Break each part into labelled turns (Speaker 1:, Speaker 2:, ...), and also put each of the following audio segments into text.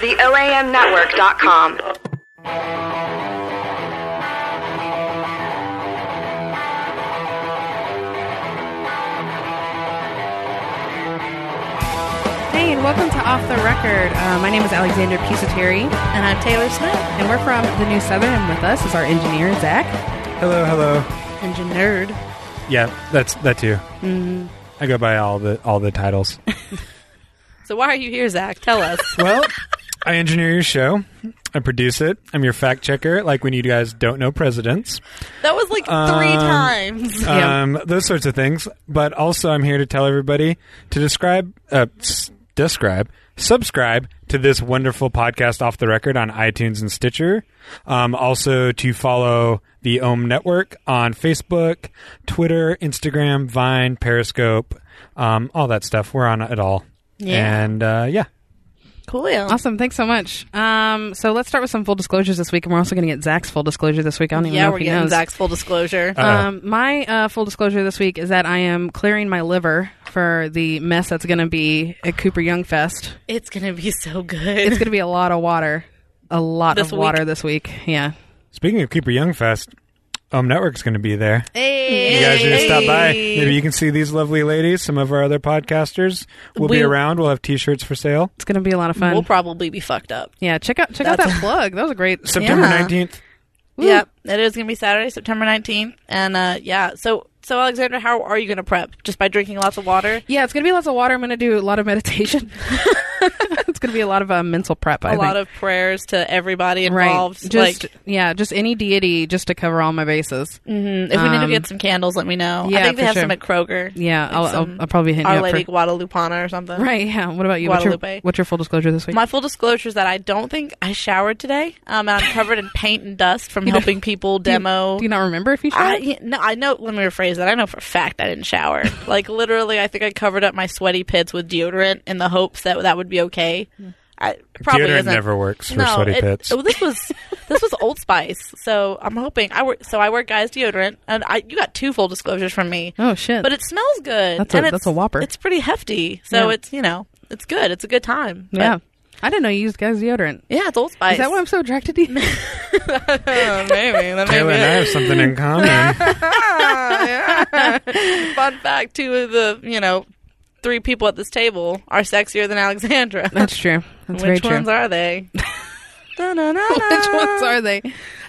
Speaker 1: The OAMnetwork.com.
Speaker 2: Hey, and welcome to Off the Record. Uh, my name is Alexander Pusateri,
Speaker 3: And I'm Taylor Smith.
Speaker 2: and we're from the New Southern. And with us is our engineer Zach,
Speaker 4: Hello, hello.
Speaker 2: engineer.
Speaker 4: Yeah, that's that too. Mm-hmm. I go by all the all the titles.
Speaker 3: So why are you here, Zach? Tell us.
Speaker 4: well, I engineer your show. I produce it. I'm your fact checker, like when you guys don't know presidents,
Speaker 3: that was like three
Speaker 4: Um,
Speaker 3: times.
Speaker 2: Yeah.
Speaker 4: um, those sorts of things. But also, I'm here to tell everybody to describe, uh, s- describe, subscribe to this wonderful podcast off the record on iTunes and Stitcher. Um, also, to follow the Ohm Network on Facebook, Twitter, Instagram, Vine, Periscope, um, all that stuff. We're on it all.
Speaker 3: Yeah.
Speaker 4: And uh, yeah.
Speaker 3: Cool.
Speaker 2: Awesome, thanks so much. Um, so let's start with some full disclosures this week, and we're also going to get Zach's full disclosure this week. I don't even
Speaker 3: Yeah,
Speaker 2: know
Speaker 3: we're
Speaker 2: if he
Speaker 3: getting
Speaker 2: knows.
Speaker 3: Zach's full disclosure.
Speaker 2: Um, my uh, full disclosure this week is that I am clearing my liver for the mess that's going to be at Cooper Young Fest.
Speaker 3: it's gonna be so good.
Speaker 2: It's going to be a lot of water, a lot
Speaker 3: This
Speaker 2: of
Speaker 3: week?
Speaker 2: water this week. Yeah,
Speaker 4: Speaking of Keeper Young Fest, Ohm Network's going to be there.
Speaker 3: hey,
Speaker 4: You guys should stop by. Maybe you can see these lovely ladies. Some of our other podcasters will be
Speaker 3: We-
Speaker 4: around. We'll have T-shirts for sale.
Speaker 2: it's going to be a lot of fun.
Speaker 3: We'll probably be fucked up.
Speaker 2: yeah, check out check out
Speaker 3: That's-
Speaker 2: that plug. That was a great
Speaker 4: September
Speaker 2: Yeah.
Speaker 4: nineteenth.
Speaker 2: Woo.
Speaker 3: Yep, it is gonna be Saturday, September nineteenth, and uh, yeah. So, so Alexander, how are you gonna prep? Just by drinking lots of water,
Speaker 2: Yeah, it's gonna be lots of water. I'm gonna do a lot of meditation. it's gonna be a lot of uh, mental prep. I
Speaker 3: A
Speaker 2: think.
Speaker 3: lot of prayers to everybody
Speaker 2: right.
Speaker 3: involved.
Speaker 2: Just
Speaker 3: like,
Speaker 2: yeah, just any deity, just to cover all my bases.
Speaker 3: mm-hmm. if we need to
Speaker 2: um,
Speaker 3: get some candles, let me know. I
Speaker 2: yeah,
Speaker 3: think they
Speaker 2: for
Speaker 3: have
Speaker 2: sure.
Speaker 3: some at Kroger.
Speaker 2: Yeah, I'll, I'll,
Speaker 3: some
Speaker 2: I'll probably hit you
Speaker 3: Our
Speaker 2: up
Speaker 3: Lady
Speaker 2: for.
Speaker 3: Guadalupana or something.
Speaker 2: Right. Yeah. What about you? What's your,
Speaker 3: Guadalupe.
Speaker 2: what's your full disclosure this week?
Speaker 3: My full disclosure is that I don't think I showered today. Um, and I'm covered in paint and dust from helping people
Speaker 2: Do you-
Speaker 3: demo.
Speaker 2: Do you not remember if you
Speaker 3: I,
Speaker 2: should?
Speaker 3: yeah, no, I know. Let me rephrase that. I know for a fact I didn't shower. like literally, I think I covered up my sweaty pits with deodorant in the hopes that that would be okay. I it probably
Speaker 4: Deodorant
Speaker 3: isn't.
Speaker 4: never works for sweaty
Speaker 3: it-
Speaker 4: pits.
Speaker 3: oh, this was this was Old Spice, so I'm hoping I work. So I wear guys deodorant, and I you got two full disclosures from me.
Speaker 2: Oh shit.
Speaker 3: But it smells good.
Speaker 2: That's a-
Speaker 3: and it's,
Speaker 2: that's a whopper.
Speaker 3: It's pretty hefty. So
Speaker 2: Yeah.
Speaker 3: it's you know it's good. It's a good time. But-
Speaker 2: yeah. I didn't know you used guys deodorant.
Speaker 3: yeah, it's Old Spice.
Speaker 2: Is that why I'm so attracted to you?
Speaker 3: maybe that
Speaker 4: Taylor and I have something in common.
Speaker 3: Fun fact: two of the you know three people at this table are sexier than Alexandra.
Speaker 2: That's true. That's very
Speaker 3: Which
Speaker 2: true.
Speaker 3: ones are they?
Speaker 2: Which ones are they?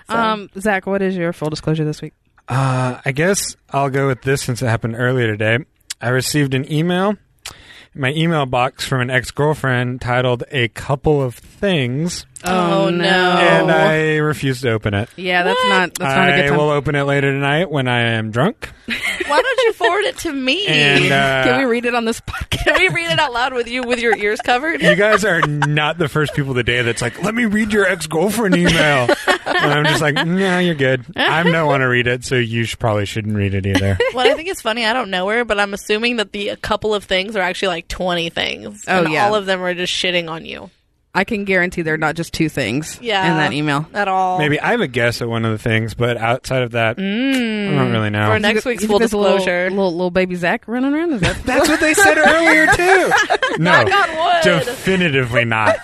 Speaker 2: Um, Zach, what is your full disclosure this week?
Speaker 4: uh, I guess I'll go with this since it happened earlier today. I received an email, in my email box from an ex-girlfriend titled "A Couple of Things,"
Speaker 3: Oh, no.
Speaker 4: and I refused to open it.
Speaker 2: Yeah, that's not that's not a
Speaker 4: I
Speaker 2: good time.
Speaker 4: will open it later tonight when I am drunk.
Speaker 3: Why don't you forward it to me?
Speaker 4: And uh,
Speaker 2: Can we read it on this podcast?
Speaker 3: Can we read it out loud with you with your ears covered?
Speaker 4: you guys are not the first people today that's like, let me read your ex girlfriend email. and I'm just like, nah, you're good. I don't want to read it, so you sh probably shouldn't read it either.
Speaker 3: What I think is funny, I don't know her, but I'm assuming that the a couple of things are actually like 20 things.
Speaker 2: Oh,
Speaker 3: and
Speaker 2: yeah.
Speaker 3: all of them are just shitting on you.
Speaker 2: I can guarantee they're not just two things
Speaker 3: Yeah.
Speaker 2: in that email.
Speaker 3: At all.
Speaker 4: Maybe I have a guess at one of the things, but outside of that, I don't really know.
Speaker 2: Mm.
Speaker 3: For next week's
Speaker 2: You think
Speaker 3: full
Speaker 2: there's a little-
Speaker 3: disclosure.
Speaker 2: Little, little, baby Zach running around? Is that
Speaker 4: that's what they said earlier, too. No,
Speaker 3: on wood.
Speaker 4: definitively not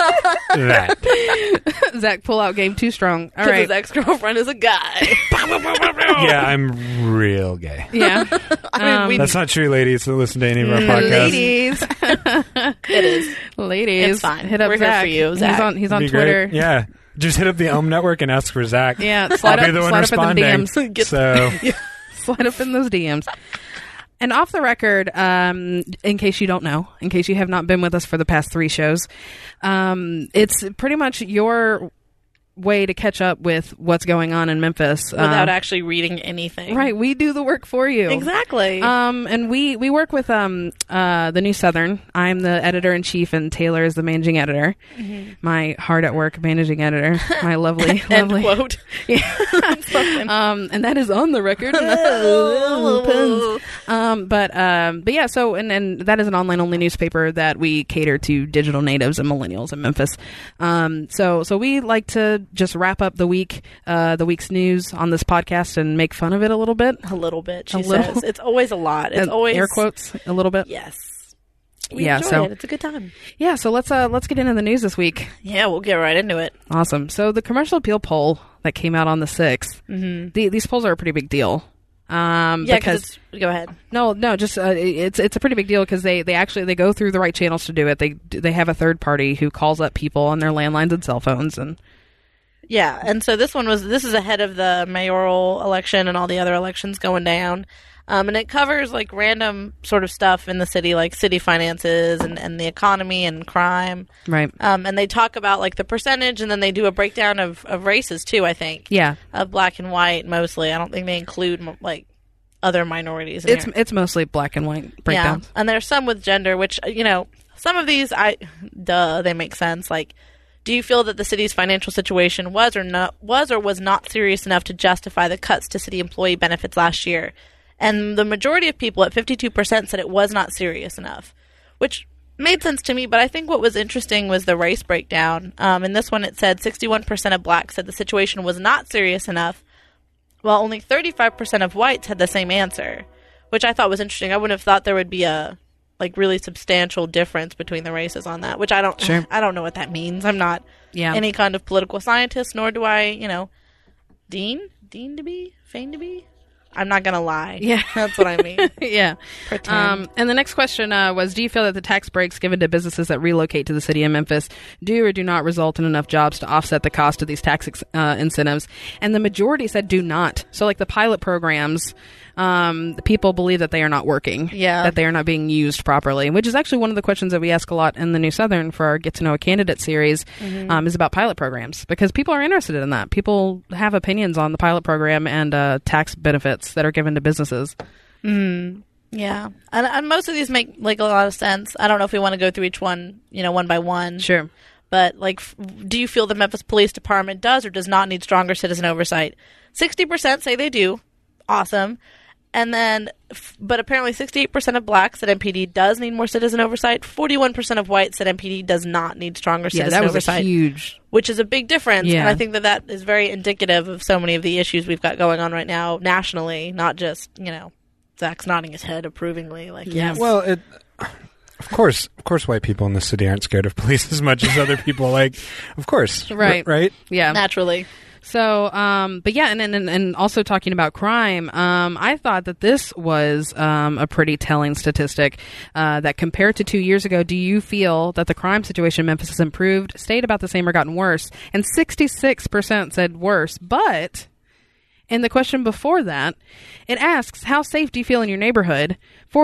Speaker 4: that.
Speaker 2: Zach pull out game too strong? All
Speaker 3: 'Cause
Speaker 2: right.
Speaker 3: his ex girlfriend is a guy.
Speaker 4: Yeah, I'm real gay.
Speaker 2: yeah. Um,
Speaker 3: I mean, we,
Speaker 4: That's not true, ladies that listen to any of our podcasts.
Speaker 2: Mm. Ladies.
Speaker 3: it is.
Speaker 2: Ladies.
Speaker 3: It's fine.
Speaker 2: Hit up
Speaker 3: We're here
Speaker 2: Zach.
Speaker 3: for you, Zach.
Speaker 2: He's on, he's on
Speaker 4: Be great.
Speaker 2: Twitter.
Speaker 4: Yeah. Just hit up the Elm Network and ask for Zach.
Speaker 2: Yeah, slide
Speaker 4: I'll
Speaker 2: up-
Speaker 4: be the one
Speaker 2: slide up in the
Speaker 4: responding.
Speaker 2: DMs.
Speaker 3: Get-
Speaker 4: so
Speaker 2: Slide up in those DMs. And off the record, um, in case you don't know, in case you have not been with us for the past three shows, um, it's pretty much your way to catch up with what's going on in Memphis. Um,
Speaker 3: Without actually reading anything.
Speaker 2: Right, we do the work for you.
Speaker 3: Exactly.
Speaker 2: Um, and we we work with um uh the New Southern. I'm the editor in chief, and Taylor is the managing editor.
Speaker 3: Mm-hmm.
Speaker 2: My hard at work managing editor, my lovely,
Speaker 3: End
Speaker 2: lovely.
Speaker 3: quote. Something.
Speaker 2: Um, and that is on the record. Puns. um, but um, but yeah. So and and that is an online only newspaper that we cater to digital natives and millennials in Memphis. Um, so so we like to just wrap up the week, uh, the week's news on this podcast and make fun of it a little bit.
Speaker 3: a little bit, she
Speaker 2: A little.
Speaker 3: says. It's always a lot. It's
Speaker 2: Uh,
Speaker 3: always
Speaker 2: air quotes a little bit.
Speaker 3: Yes. We
Speaker 2: yeah.
Speaker 3: enjoy
Speaker 2: So
Speaker 3: it. it's a good time.
Speaker 2: yeah. So let's uh let's get into the news this week.
Speaker 3: Yeah, we'll get right into it.
Speaker 2: Awesome. So the commercial appeal poll that came out on the 6th The, these polls are a pretty big deal. Um,
Speaker 3: Mm-hmm. Yeah,
Speaker 2: because
Speaker 3: because go ahead.
Speaker 2: no, no, just uh, it's it's a pretty big deal because they, they actually they go through the right channels to do it. They they have a third party who calls up people on their landlines and cell phones, and
Speaker 3: Yeah, and so this one was this is ahead of the mayoral election and all the other elections going down. Um, and it covers like random sort of stuff in the city, like city finances and, and the economy and crime.
Speaker 2: right,
Speaker 3: Um, and they talk about like the percentage, and then they do a breakdown of, of races too. I think
Speaker 2: yeah,
Speaker 3: of black and white mostly. I don't think they include like other minorities. In
Speaker 2: it's
Speaker 3: here.
Speaker 2: it's mostly black and white breakdowns.
Speaker 3: Yeah. And there's some with gender, which, you know, some of these, I, duh, they make sense. Like, do you feel that the city's financial situation was or not was or was not serious enough to justify the cuts to city employee benefits last year? And the majority of people at 52% said it was not serious enough, which made sense to me. But I think what was interesting was the race breakdown. Um, in this one, it said 61% of blacks said the situation was not serious enough, while only 35% of whites had the same answer, which I thought was interesting. I wouldn't have thought there would be a like really substantial difference between the races on that, which I don't
Speaker 2: Sure.
Speaker 3: I don't know what that means. I'm not
Speaker 2: Yeah.
Speaker 3: any kind of political scientist, nor do I, you know, dean, dean to be, feign to be. I'm not gonna lie.
Speaker 2: Yeah.
Speaker 3: that's what I mean.
Speaker 2: yeah.
Speaker 3: Pretend.
Speaker 2: Um, and the next question uh, was Do you feel that the tax breaks given to businesses that relocate to the city of Memphis do or do not result in enough jobs to offset the cost of these tax ex- uh, incentives? And the majority said do not. So, like the pilot programs, um, the people believe that they are not working,
Speaker 3: Yeah.
Speaker 2: that they are not being used properly, which is actually one of the questions that we ask a lot in the New Southern for our Get to Know a Candidate series
Speaker 3: Mm-hmm.
Speaker 2: um, is about pilot programs because people are interested in that. People have opinions on the pilot program and uh, tax benefits that are given to businesses.
Speaker 3: yeah, and, and most of these make like a lot of sense. I don't know if we want to go through each one, you know, one by one.
Speaker 2: Sure.
Speaker 3: but like f- do you feel the memphis police department does or does not need stronger citizen oversight 60% say they do awesome and then f- but apparently 68% of blacks at mpd does need more citizen oversight 41% of whites at mpd does not need stronger
Speaker 2: yeah,
Speaker 3: citizen
Speaker 2: that was
Speaker 3: oversight
Speaker 2: a huge.
Speaker 3: which is a big difference
Speaker 2: Yeah.
Speaker 3: and i think that that is very indicative of so many of the issues we've got going on right now nationally not just you know zach's nodding his head approvingly like yes
Speaker 4: Well, it, of course, of course, white people in the city aren't scared of police as much as other people. Like, of course, R-
Speaker 2: Right.
Speaker 4: right.
Speaker 2: Yeah.
Speaker 3: naturally
Speaker 2: So, um, but yeah, and, and and- and also talking about crime, um, I thought that this was um, a pretty telling statistic uh, that compared to two years ago, do you feel that the crime situation in Memphis has improved, stayed about the same, or gotten worse? And sixty six percent said worse, but. In the question before that, it asks, How safe do you feel in your neighborhood?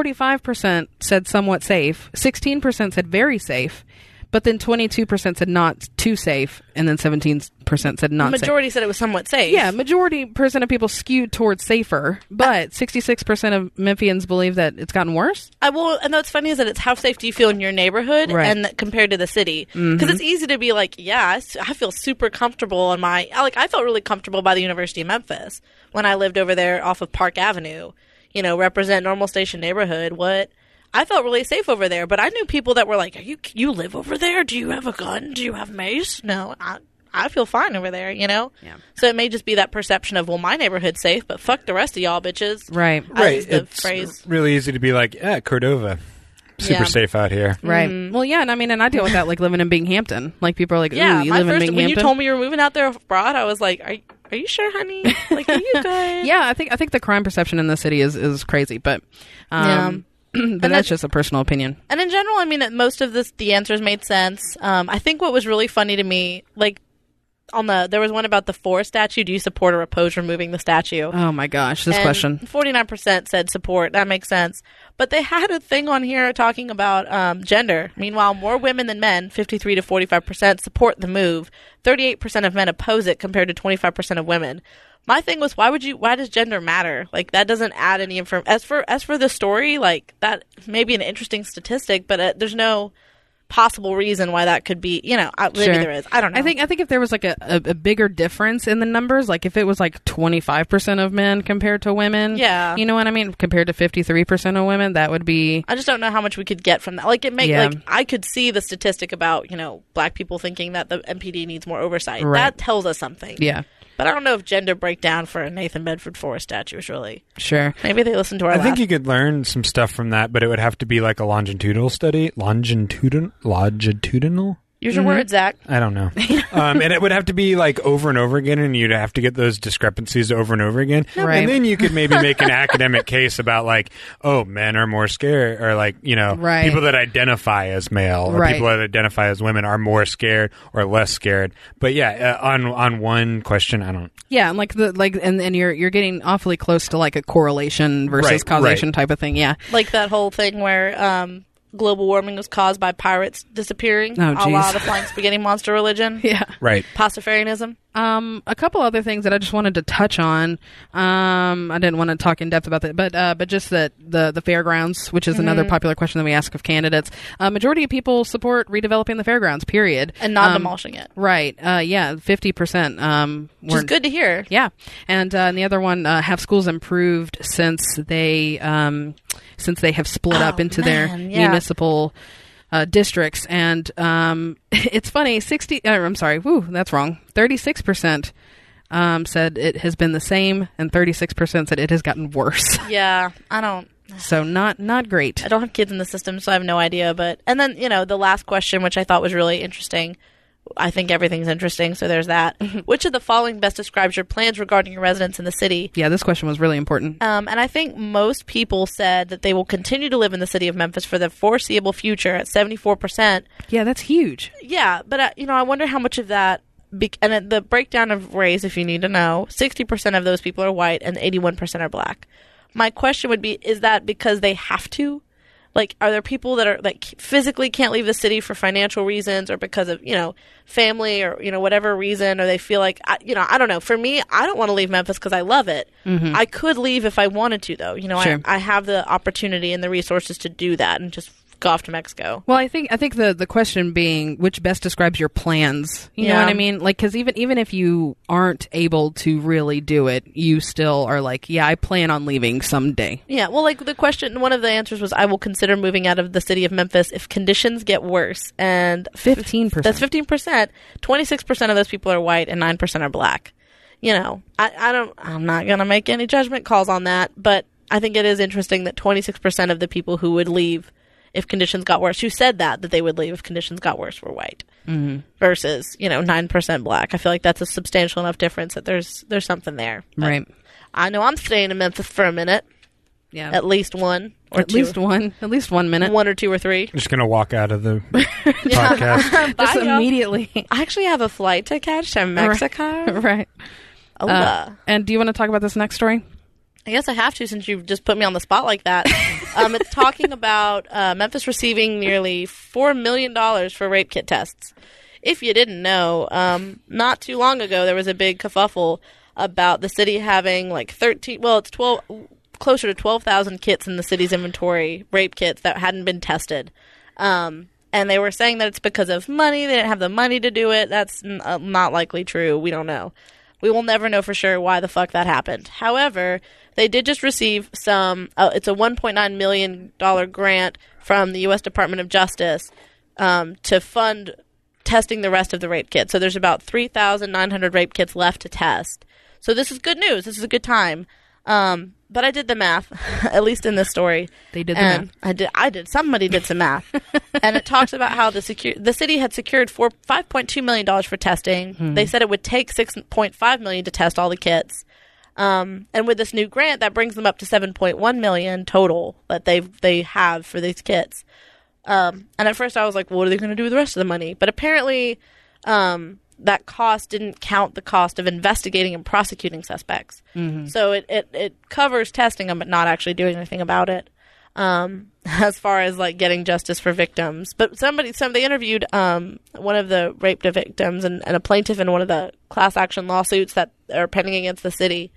Speaker 2: 45% said somewhat safe, 16% said very safe, but then 22% said not too safe, and then 17% said not safe.
Speaker 3: majority said it was somewhat safe
Speaker 2: Yeah, majority percent of people skewed towards safer, but sixty six percent of Memphians believe that it's gotten worse.
Speaker 3: I will, and what's funny is that it's how safe do you feel in your neighborhood
Speaker 2: Right. Mm-hmm.
Speaker 3: and that compared to the city. Because it's easy to be like, yeah, I s- I feel super comfortable in my, I- like, I felt really comfortable by the University of Memphis when I lived over there off of Park Avenue, you know, represent normal station neighborhood. What? I felt really safe over there, but I knew people that were like, "Are you you live over there? Do you have a gun? Do you have mace?" No, I I feel fine over there, you know. Yeah. So it may just be that perception of, well, my neighborhood's safe, but fuck the rest of y'all bitches.
Speaker 2: Right.
Speaker 3: I use the
Speaker 4: It's
Speaker 3: phrase.
Speaker 4: really easy to be like, yeah, Cordova, super
Speaker 3: Yeah.
Speaker 4: safe out here.
Speaker 2: Right. Mm-hmm. Well, yeah, and I mean, and I deal with that like living in Binghamton. Like people are like,
Speaker 3: Yeah,
Speaker 2: "Ooh, you
Speaker 3: my
Speaker 2: live
Speaker 3: first
Speaker 2: in Binghamton."
Speaker 3: when you told me you were moving out there abroad, I was like, "Are are you sure, honey? Like, are you good?"
Speaker 2: yeah, I think I think the crime perception in the city is is crazy, but um, but that's
Speaker 3: that's-
Speaker 2: just a personal opinion.
Speaker 3: And in general, I mean, that most of this, the answers made sense. Um, I think what was really funny to me, like on the there was one about the four statue. Do you support or oppose removing the statue?
Speaker 2: Oh my gosh, this question.
Speaker 3: Forty nine percent said support. That makes sense. But they had a thing on here talking about um, gender. Meanwhile, more women than men, fifty three to forty five percent, support the move. Thirty eight percent of men oppose it, compared to twenty five percent of women. My thing was, why would you? Why does gender matter? Like that doesn't add any inform. As for as for the story, like that may be an interesting statistic, but uh, there's no possible reason why that could be. You know, I, maybe
Speaker 2: Sure.
Speaker 3: there is. I don't know.
Speaker 2: I think I think if there was like a, a, a bigger difference in the numbers, like if it was like twenty five percent of men compared to women,
Speaker 3: Yeah.
Speaker 2: you know what I mean, compared to fifty three percent of women, that would be
Speaker 3: I just don't know how much we could get from that. Like it make
Speaker 2: Yeah.
Speaker 3: like I could see the statistic about you know black people thinking that the MPD needs more oversight.
Speaker 2: Right.
Speaker 3: That tells us something.
Speaker 2: yeah.
Speaker 3: But I don't know if gender breakdown for a Nathan Bedford Forrest statue is really.
Speaker 2: Sure.
Speaker 3: Maybe they listened to our.
Speaker 4: I think
Speaker 3: last-
Speaker 4: you could learn some stuff from that, but it would have to be like a longitudinal study. Longitudinal? Longitudinal?
Speaker 3: use
Speaker 2: mm-hmm.
Speaker 3: your words, Zach.
Speaker 4: I don't know. um, and it would have to be like over and over again, and you'd have to get those discrepancies over and over again.
Speaker 2: Right.
Speaker 4: And then you could maybe make an academic case about like, oh, men are more scared, or like, you know,
Speaker 2: Right.
Speaker 4: people that identify as male or
Speaker 2: Right.
Speaker 4: people that identify as women are more scared or less scared. But yeah, uh, on on one question, I don't.
Speaker 2: Yeah, and like the like, and and you're you're getting awfully close to like a correlation versus
Speaker 4: Right, right.
Speaker 2: causation type of thing. Yeah.
Speaker 3: Like that whole thing where um, global warming was caused by pirates disappearing.
Speaker 2: Oh,
Speaker 3: a la
Speaker 2: geez.
Speaker 3: the flying spaghetti monster religion.
Speaker 2: Yeah.
Speaker 4: Right.
Speaker 3: Pastafarianism.
Speaker 2: Um, a couple other things that I just wanted to touch on. Um, I didn't want to talk in depth about that, but uh, but just that the the fairgrounds, which is another popular question that we ask of candidates. Uh, majority of people support redeveloping the fairgrounds. Period.
Speaker 3: And not
Speaker 2: Um,
Speaker 3: demolishing it.
Speaker 2: Right. Uh, yeah. Fifty percent. Um,
Speaker 3: Which is
Speaker 2: weren't-
Speaker 3: good to hear.
Speaker 2: Yeah, and, uh, and the other one, uh, have schools improved since they um, since they have split up
Speaker 3: Oh,
Speaker 2: into their
Speaker 3: man, yeah.
Speaker 2: municipal uh, districts? And um, it's funny, sixty. Uh, I'm sorry, woo, that's wrong. Thirty six percent um said it has been the same, and thirty six percent said it has gotten worse.
Speaker 3: Yeah, I don't.
Speaker 2: so not not great.
Speaker 3: I don't have kids in the system, so I have no idea. But and then you know the last question, which I thought was really interesting. I think everything's interesting, so there's that. Which of the following best describes your plans regarding your residence in the city?
Speaker 2: Yeah, this question was really important.
Speaker 3: Um, and I think most people said that they will continue to live in the city of Memphis for the foreseeable future at 74%.
Speaker 2: Yeah, that's huge.
Speaker 3: Yeah, but uh, you know, I wonder how much of that. Be- and it- the breakdown of race, if you need to know, sixty percent of those people are white and eighty-one percent are black. My question would be: Is that because they have to? Like, are there people that are like physically can't leave the city for financial reasons, or because of you know family, or you know whatever reason, or they feel like I, you know I don't know. For me, I don't want to leave Memphis because I love it. I could leave if I wanted to, though. You know,
Speaker 2: Sure.
Speaker 3: I, I have the opportunity and the resources to do that, and just go off to Mexico.
Speaker 2: Well, I think I think the the question being which best describes your plans. You know
Speaker 3: Yeah.
Speaker 2: what I mean? Like cuz even even if you aren't able to really do it, you still are like, yeah, I plan on leaving someday.
Speaker 3: Yeah, well, like the question, one of the answers was, "I will consider moving out of the city of Memphis if conditions get worse." And fif-
Speaker 2: 15%.
Speaker 3: That's fifteen percent. Twenty six percent of those people are white, and nine percent are black. You know, I, I don't. I'm not gonna make any judgment calls on that, but I think it is interesting that twenty six percent of the people who would leave if conditions got worse, who said that that they would leave if conditions got worse, were white versus you know nine percent black. I feel like that's a substantial enough difference that there's there's something there. But
Speaker 2: Right.
Speaker 3: I know I'm staying in Memphis for a minute
Speaker 2: Yeah.
Speaker 3: at least one or
Speaker 2: At
Speaker 3: two.
Speaker 2: least one, at least one minute.
Speaker 3: one or two or three.
Speaker 4: I'm just going to walk out of the
Speaker 2: Just
Speaker 4: podcast.
Speaker 3: Bye, y'all.
Speaker 2: immediately.
Speaker 3: I actually have a flight to catch to Mexico.
Speaker 2: right.
Speaker 3: Oh,
Speaker 2: Uh,
Speaker 3: uh,
Speaker 2: and do you want to talk about this next story?
Speaker 3: I guess I have to since you've just put me on the spot like that. um, it's talking about uh, Memphis receiving nearly $4 million for rape kit tests. If you didn't know, um, not too long ago, there was a big kerfuffle about the city having like 13, well, it's 12, closer to 12,000 kits in the city's inventory, rape kits that hadn't been tested. Um, and they were saying that it's because of money. They didn't have the money to do it. That's n- uh, not likely true. We don't know. We will never know for sure why the fuck that happened. However, they did just receive some. Uh, it's a 1.9 million dollar grant from the U.S. Department of Justice um, to fund testing the rest of the rape kits. So there's about 3,900 rape kits left to test. So this is good news. This is a good time. Um, but I did the math, at least in this story.
Speaker 2: They did the
Speaker 3: And
Speaker 2: math.
Speaker 3: I did. I did. Somebody did some math, and it talks about how the secure the city had secured four five point two million dollars for testing.
Speaker 2: Hmm.
Speaker 3: They said it would take six point five million to test all the kits. Um, and with this new grant, that brings them up to seven point one million total that they they have for these kits. Um, and at first, I was like, "What are they going to do with the rest of the money?" But apparently, um, that cost didn't count the cost of investigating and prosecuting suspects. So it, it it covers testing them, but not actually doing anything about it. Um, as far as like getting justice for victims, but somebody, some they interviewed um, one of the raped victims and, and a plaintiff in one of the class action lawsuits that are pending against the city,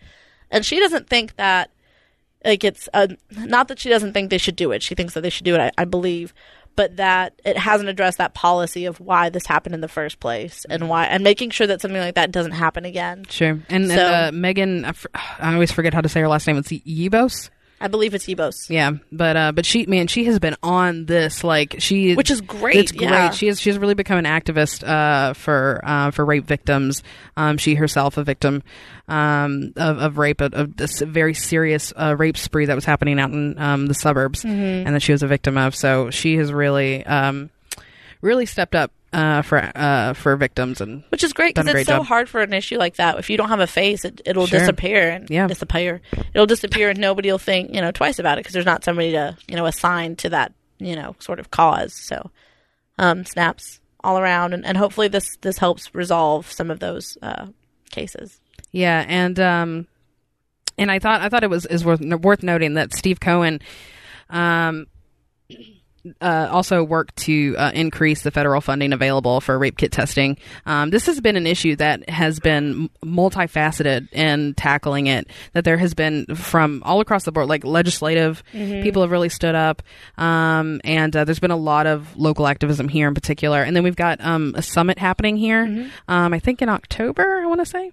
Speaker 3: and she doesn't think that like it's uh, not that she doesn't think they should do it. She thinks that they should do it, I, I believe, but that it hasn't addressed that policy of why this happened in the first place and why and making sure that something like that doesn't happen again.
Speaker 2: Sure. And, and
Speaker 3: So-
Speaker 2: uh, Megan, I, fr- I always forget how to say her last name. It's Yebos.
Speaker 3: I believe it's Ebos.
Speaker 2: Yeah, but uh, but she, man, she has been on this like she,
Speaker 3: Which is great,
Speaker 2: It's great.
Speaker 3: yeah.
Speaker 2: She has she's really become an activist uh, for uh, for rape victims. Um, she herself a victim um, of, of rape, of, of this very serious uh, rape spree that was happening out in um, the suburbs, and that she was a victim of. So she has really um, really stepped up uh, for uh, for victims and
Speaker 3: Which is great
Speaker 2: Done a
Speaker 3: because
Speaker 2: great
Speaker 3: it's so
Speaker 2: job.
Speaker 3: hard for an issue like that. If you don't have a face, it, it'll
Speaker 2: Sure.
Speaker 3: disappear and
Speaker 2: Yeah.
Speaker 3: disappear. It'll disappear and nobody will think you know twice about it because there's not somebody to you know assign to that you know sort of cause. So um, snaps all around, and, and hopefully this this helps resolve some of those uh, cases.
Speaker 2: Yeah, and um, and I thought I thought it was is worth worth noting that Steve Cohen, um, uh, also worked to uh, increase the federal funding available for rape kit testing. Um, this has been an issue that has been m- multifaceted in tackling it. That there has been from all across the board, like legislative people have really stood up, um, and uh, there's been a lot of local activism here in particular. And then we've got um, a summit happening here, um, I think in October, I want to say,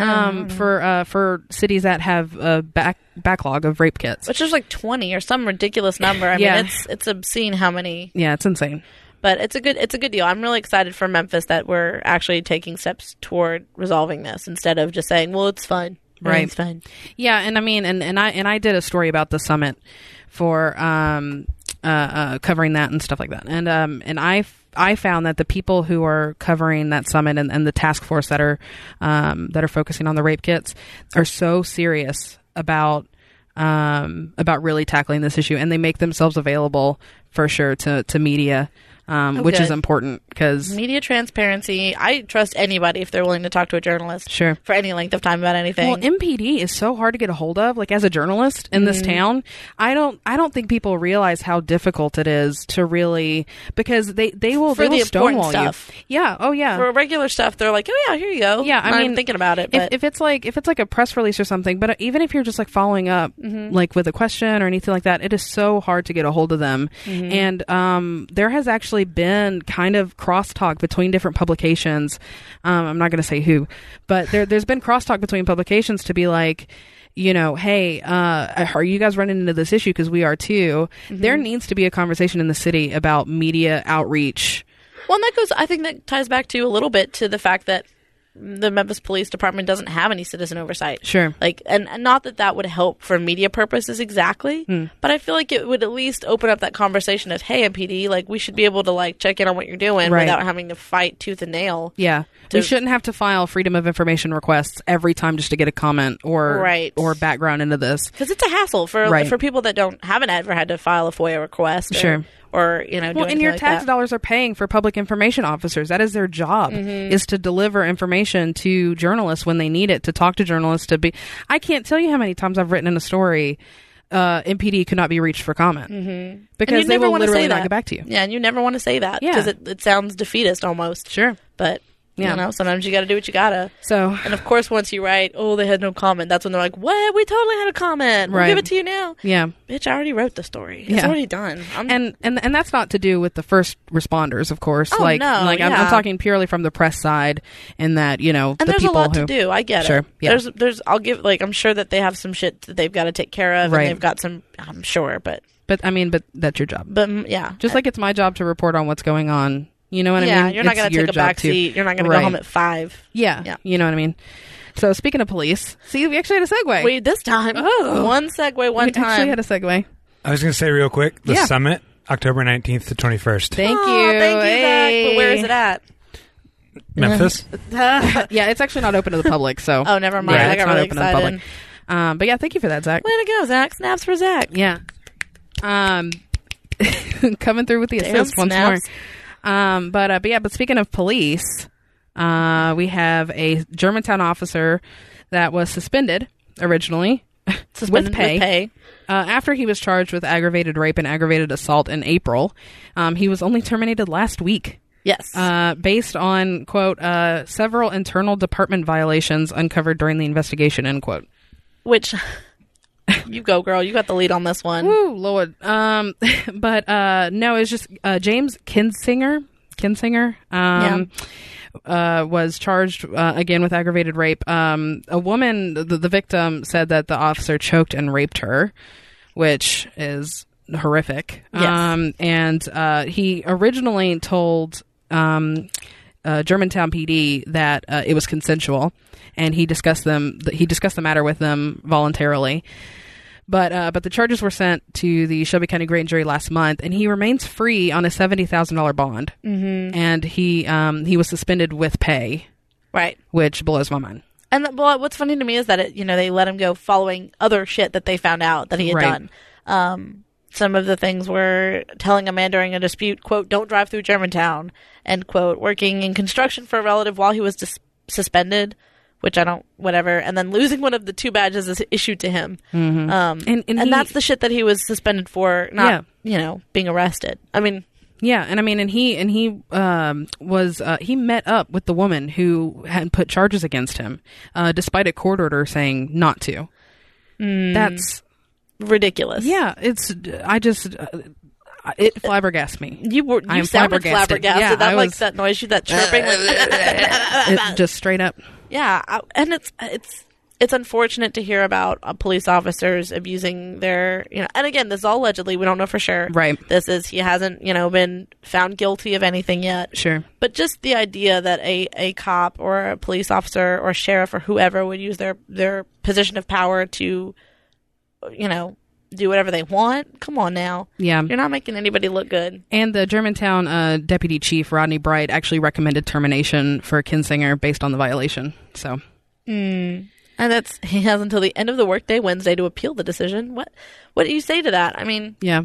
Speaker 2: um, for uh, for cities that have a back backlog of rape kits.
Speaker 3: Which is like twenty or some ridiculous number. I
Speaker 2: Yeah.
Speaker 3: mean, it's it's obscene how many
Speaker 2: yeah, it's insane.
Speaker 3: but it's a good it's a good deal. I'm really excited for Memphis that we're actually taking steps toward resolving this instead of just saying, "Well, it's fine,
Speaker 2: Right.
Speaker 3: It's fine."
Speaker 2: Yeah, and I mean, and, and I and I did a story about the summit for um, uh, uh, covering that and stuff like that, and um, and I f- I found that the people who are covering that summit and, and the task force that are um, that are focusing on the rape kits are so serious about um, about really tackling this issue, and they make themselves available for sure to to media, um, which is
Speaker 3: good.
Speaker 2: important because
Speaker 3: Media transparency. I trust anybody if they're willing to talk to a journalist
Speaker 2: Sure.
Speaker 3: for any length of time about anything.
Speaker 2: Well, MPD is so hard to get a hold of. Like as a journalist in
Speaker 3: Mm.
Speaker 2: this town, I don't I don't think people realize how difficult it is to really because they they will
Speaker 3: For
Speaker 2: they
Speaker 3: the
Speaker 2: will
Speaker 3: important
Speaker 2: stonewall
Speaker 3: stuff.
Speaker 2: you. Yeah. Oh yeah.
Speaker 3: for regular stuff, they're like, "Oh yeah, here you go."
Speaker 2: yeah,
Speaker 3: Not
Speaker 2: I mean,
Speaker 3: even thinking about it, but
Speaker 2: if, if it's like if it's like a press release or something, but even if you're just like following up,
Speaker 3: Mm-hmm.
Speaker 2: like with a question or anything like that, it is so hard to get a hold of them.
Speaker 3: Mm-hmm.
Speaker 2: And um, there has actually been kind of crosstalk between different publications. Um, I'm not going to say who, but there there's been crosstalk between publications to be like. You know, hey, uh, are you guys running into this issue? Because we are too. There
Speaker 3: Mm-hmm.
Speaker 2: needs to be a conversation in the city about media outreach.
Speaker 3: well, and that goes. I think that ties back to a little bit to the fact that the Memphis Police Department doesn't have any citizen oversight.
Speaker 2: Sure.
Speaker 3: Like, and, and not that that would help for media purposes exactly, but I feel like it would at least open up that conversation of, hey, MPD, like, we should be able to, like, check in on what you're doing
Speaker 2: Right.
Speaker 3: without having to fight tooth and nail.
Speaker 2: Yeah. we
Speaker 3: to-
Speaker 2: shouldn't have to file freedom of information requests every time just to get a comment or
Speaker 3: Right.
Speaker 2: or background into this.
Speaker 3: Because it's a hassle for
Speaker 2: Right.
Speaker 3: for people that don't haven't ever had to file a FOIA request, or,
Speaker 2: Sure.
Speaker 3: or you know, do
Speaker 2: Well, and
Speaker 3: anything
Speaker 2: your
Speaker 3: like
Speaker 2: tax
Speaker 3: that.
Speaker 2: dollars are paying for public information officers. That is their job
Speaker 3: Mm-hmm.
Speaker 2: is to deliver information to journalists when they need it, to talk to journalists to be I can't tell you how many times I've written in a story uh, MPD could not be reached for comment mm-hmm.
Speaker 3: And
Speaker 2: because
Speaker 3: you
Speaker 2: they
Speaker 3: never
Speaker 2: will
Speaker 3: want to
Speaker 2: literally
Speaker 3: say
Speaker 2: not
Speaker 3: that.
Speaker 2: get back to you.
Speaker 3: Yeah, and you never want to say that
Speaker 2: Yeah.
Speaker 3: because it, it sounds defeatist almost.
Speaker 2: Sure.
Speaker 3: but
Speaker 2: Yeah.
Speaker 3: you know, sometimes you got to do what you gotta.
Speaker 2: So
Speaker 3: And of course, once you write, oh, they had no comment. That's when they're like, what? We totally had a comment. We'll
Speaker 2: Right.
Speaker 3: give it to you now.
Speaker 2: yeah.
Speaker 3: Bitch, I already wrote the story. It's
Speaker 2: Yeah.
Speaker 3: already done. I'm,
Speaker 2: and and and that's not to do with the first responders, of course.
Speaker 3: Oh,
Speaker 2: like
Speaker 3: no,
Speaker 2: like I'm,
Speaker 3: yeah.
Speaker 2: I'm talking purely from the press side, and that you know
Speaker 3: and
Speaker 2: the
Speaker 3: there's a
Speaker 2: people
Speaker 3: lot
Speaker 2: who
Speaker 3: to do. I get
Speaker 2: Sure,
Speaker 3: it.
Speaker 2: yeah.
Speaker 3: There's there's I'll give like I'm sure that they have some shit that they've got to take care of
Speaker 2: Right.
Speaker 3: and they've got some I'm sure, but
Speaker 2: But I mean, but that's your job.
Speaker 3: but mm, yeah.
Speaker 2: Just like it's my job to report on what's going on. You know what
Speaker 3: yeah,
Speaker 2: I mean?
Speaker 3: you're not
Speaker 2: It's
Speaker 3: going to
Speaker 2: your
Speaker 3: take a
Speaker 2: job
Speaker 3: back
Speaker 2: too.
Speaker 3: seat. You're not going to
Speaker 2: Right.
Speaker 3: go home at 5.
Speaker 2: yeah.
Speaker 3: Yeah.
Speaker 2: You know what I mean? So speaking of police, see, we actually had a segue.
Speaker 3: Wait, this time.
Speaker 2: Oh.
Speaker 3: One segue one
Speaker 2: we actually
Speaker 3: time.
Speaker 2: had a segue.
Speaker 4: I was going to say real quick the
Speaker 2: Yeah.
Speaker 4: summit, October 19th to 21st.
Speaker 2: Thank
Speaker 3: Aw,
Speaker 2: you.
Speaker 3: Thank you,
Speaker 2: Hey.
Speaker 3: Zach. But where is it at?
Speaker 4: Memphis.
Speaker 2: yeah, it's actually not open to the public. So
Speaker 3: Oh, never mind.
Speaker 2: Yeah,
Speaker 3: I
Speaker 2: it's
Speaker 3: got
Speaker 2: not
Speaker 3: really
Speaker 2: open
Speaker 3: excited.
Speaker 2: to the public. Um, but yeah, thank you for that, Zach.
Speaker 3: Way to go, Zach. Snaps for Zach.
Speaker 2: Yeah. Um, coming through with the
Speaker 3: Damn
Speaker 2: assist once
Speaker 3: snaps.
Speaker 2: more. Um, but uh, but yeah, but speaking of police, uh, we have a Germantown officer that was suspended originally
Speaker 3: Suspended
Speaker 2: with pay.
Speaker 3: pay.
Speaker 2: Uh, after he was charged with aggravated rape and aggravated assault in April, um, he was only terminated last week
Speaker 3: Yes.
Speaker 2: uh, based on quote uh, several internal department violations uncovered during the investigation end quote.
Speaker 3: Which you go, girl. You got the lead on this one.
Speaker 2: Woo, Lord. Um, but uh, no, it's just uh, James Kinsinger. Kinsinger um, uh, was charged uh, again with aggravated rape. Um, a woman, the, the victim, said that the officer choked and raped her. which is horrific.
Speaker 3: Yes.
Speaker 2: Um, and uh, he originally told um, uh, Germantown PD that uh, it was consensual, and he discussed them. th- He discussed the matter with them voluntarily. But uh, but the charges were sent to the Shelby County Grand Jury last month, and he remains free on a seventy thousand dollar bond, mm-hmm. and he um, he was suspended with pay,
Speaker 3: Right.
Speaker 2: which blows my mind.
Speaker 3: And th- well, what's funny to me is that it, you know they let him go following other shit that they found out that he had
Speaker 2: Right.
Speaker 3: done. Um, some of the things were telling a man during a dispute, "quote Don't drive through Germantown," end quote. Working in construction for a relative while he was dis- suspended, which I don't, whatever. And then losing one of the two badges is issued to him. Um,
Speaker 2: Mm-hmm. And-
Speaker 3: and
Speaker 2: and he-
Speaker 3: that's the shit that he was suspended for, not you know being arrested. I mean,
Speaker 2: Yeah, and I mean, and he and he um, was uh, he met up with the woman who had put charges against him, uh, despite a court order saying not to. That's
Speaker 3: ridiculous.
Speaker 2: yeah. It's I just uh, it flabbergasts me.
Speaker 3: You were
Speaker 2: I
Speaker 3: you
Speaker 2: am
Speaker 3: sounded
Speaker 2: flabbergasted.
Speaker 3: flabbergasted.
Speaker 2: Yeah,
Speaker 3: that
Speaker 2: I
Speaker 3: like
Speaker 2: was-
Speaker 3: that noise, you that chirping.
Speaker 2: It just straight up.
Speaker 3: yeah, I, and it's it's it's unfortunate to hear about uh, police officers abusing their you know. And again, this is all allegedly. We don't know for sure.
Speaker 2: Right.
Speaker 3: This is he hasn't you know been found guilty of anything yet.
Speaker 2: Sure.
Speaker 3: But just the idea that a, a cop or a police officer or sheriff or whoever would use their, their position of power to, you know, do whatever they want. Come on now.
Speaker 2: Yeah.
Speaker 3: You're not making anybody look good.
Speaker 2: And the Germantown uh, deputy chief Rodney Bright actually recommended termination for Kinsinger based on the violation. So
Speaker 3: And that's he has until the end of the workday Wednesday to appeal the decision. What what do you say to that? I mean,
Speaker 2: yeah,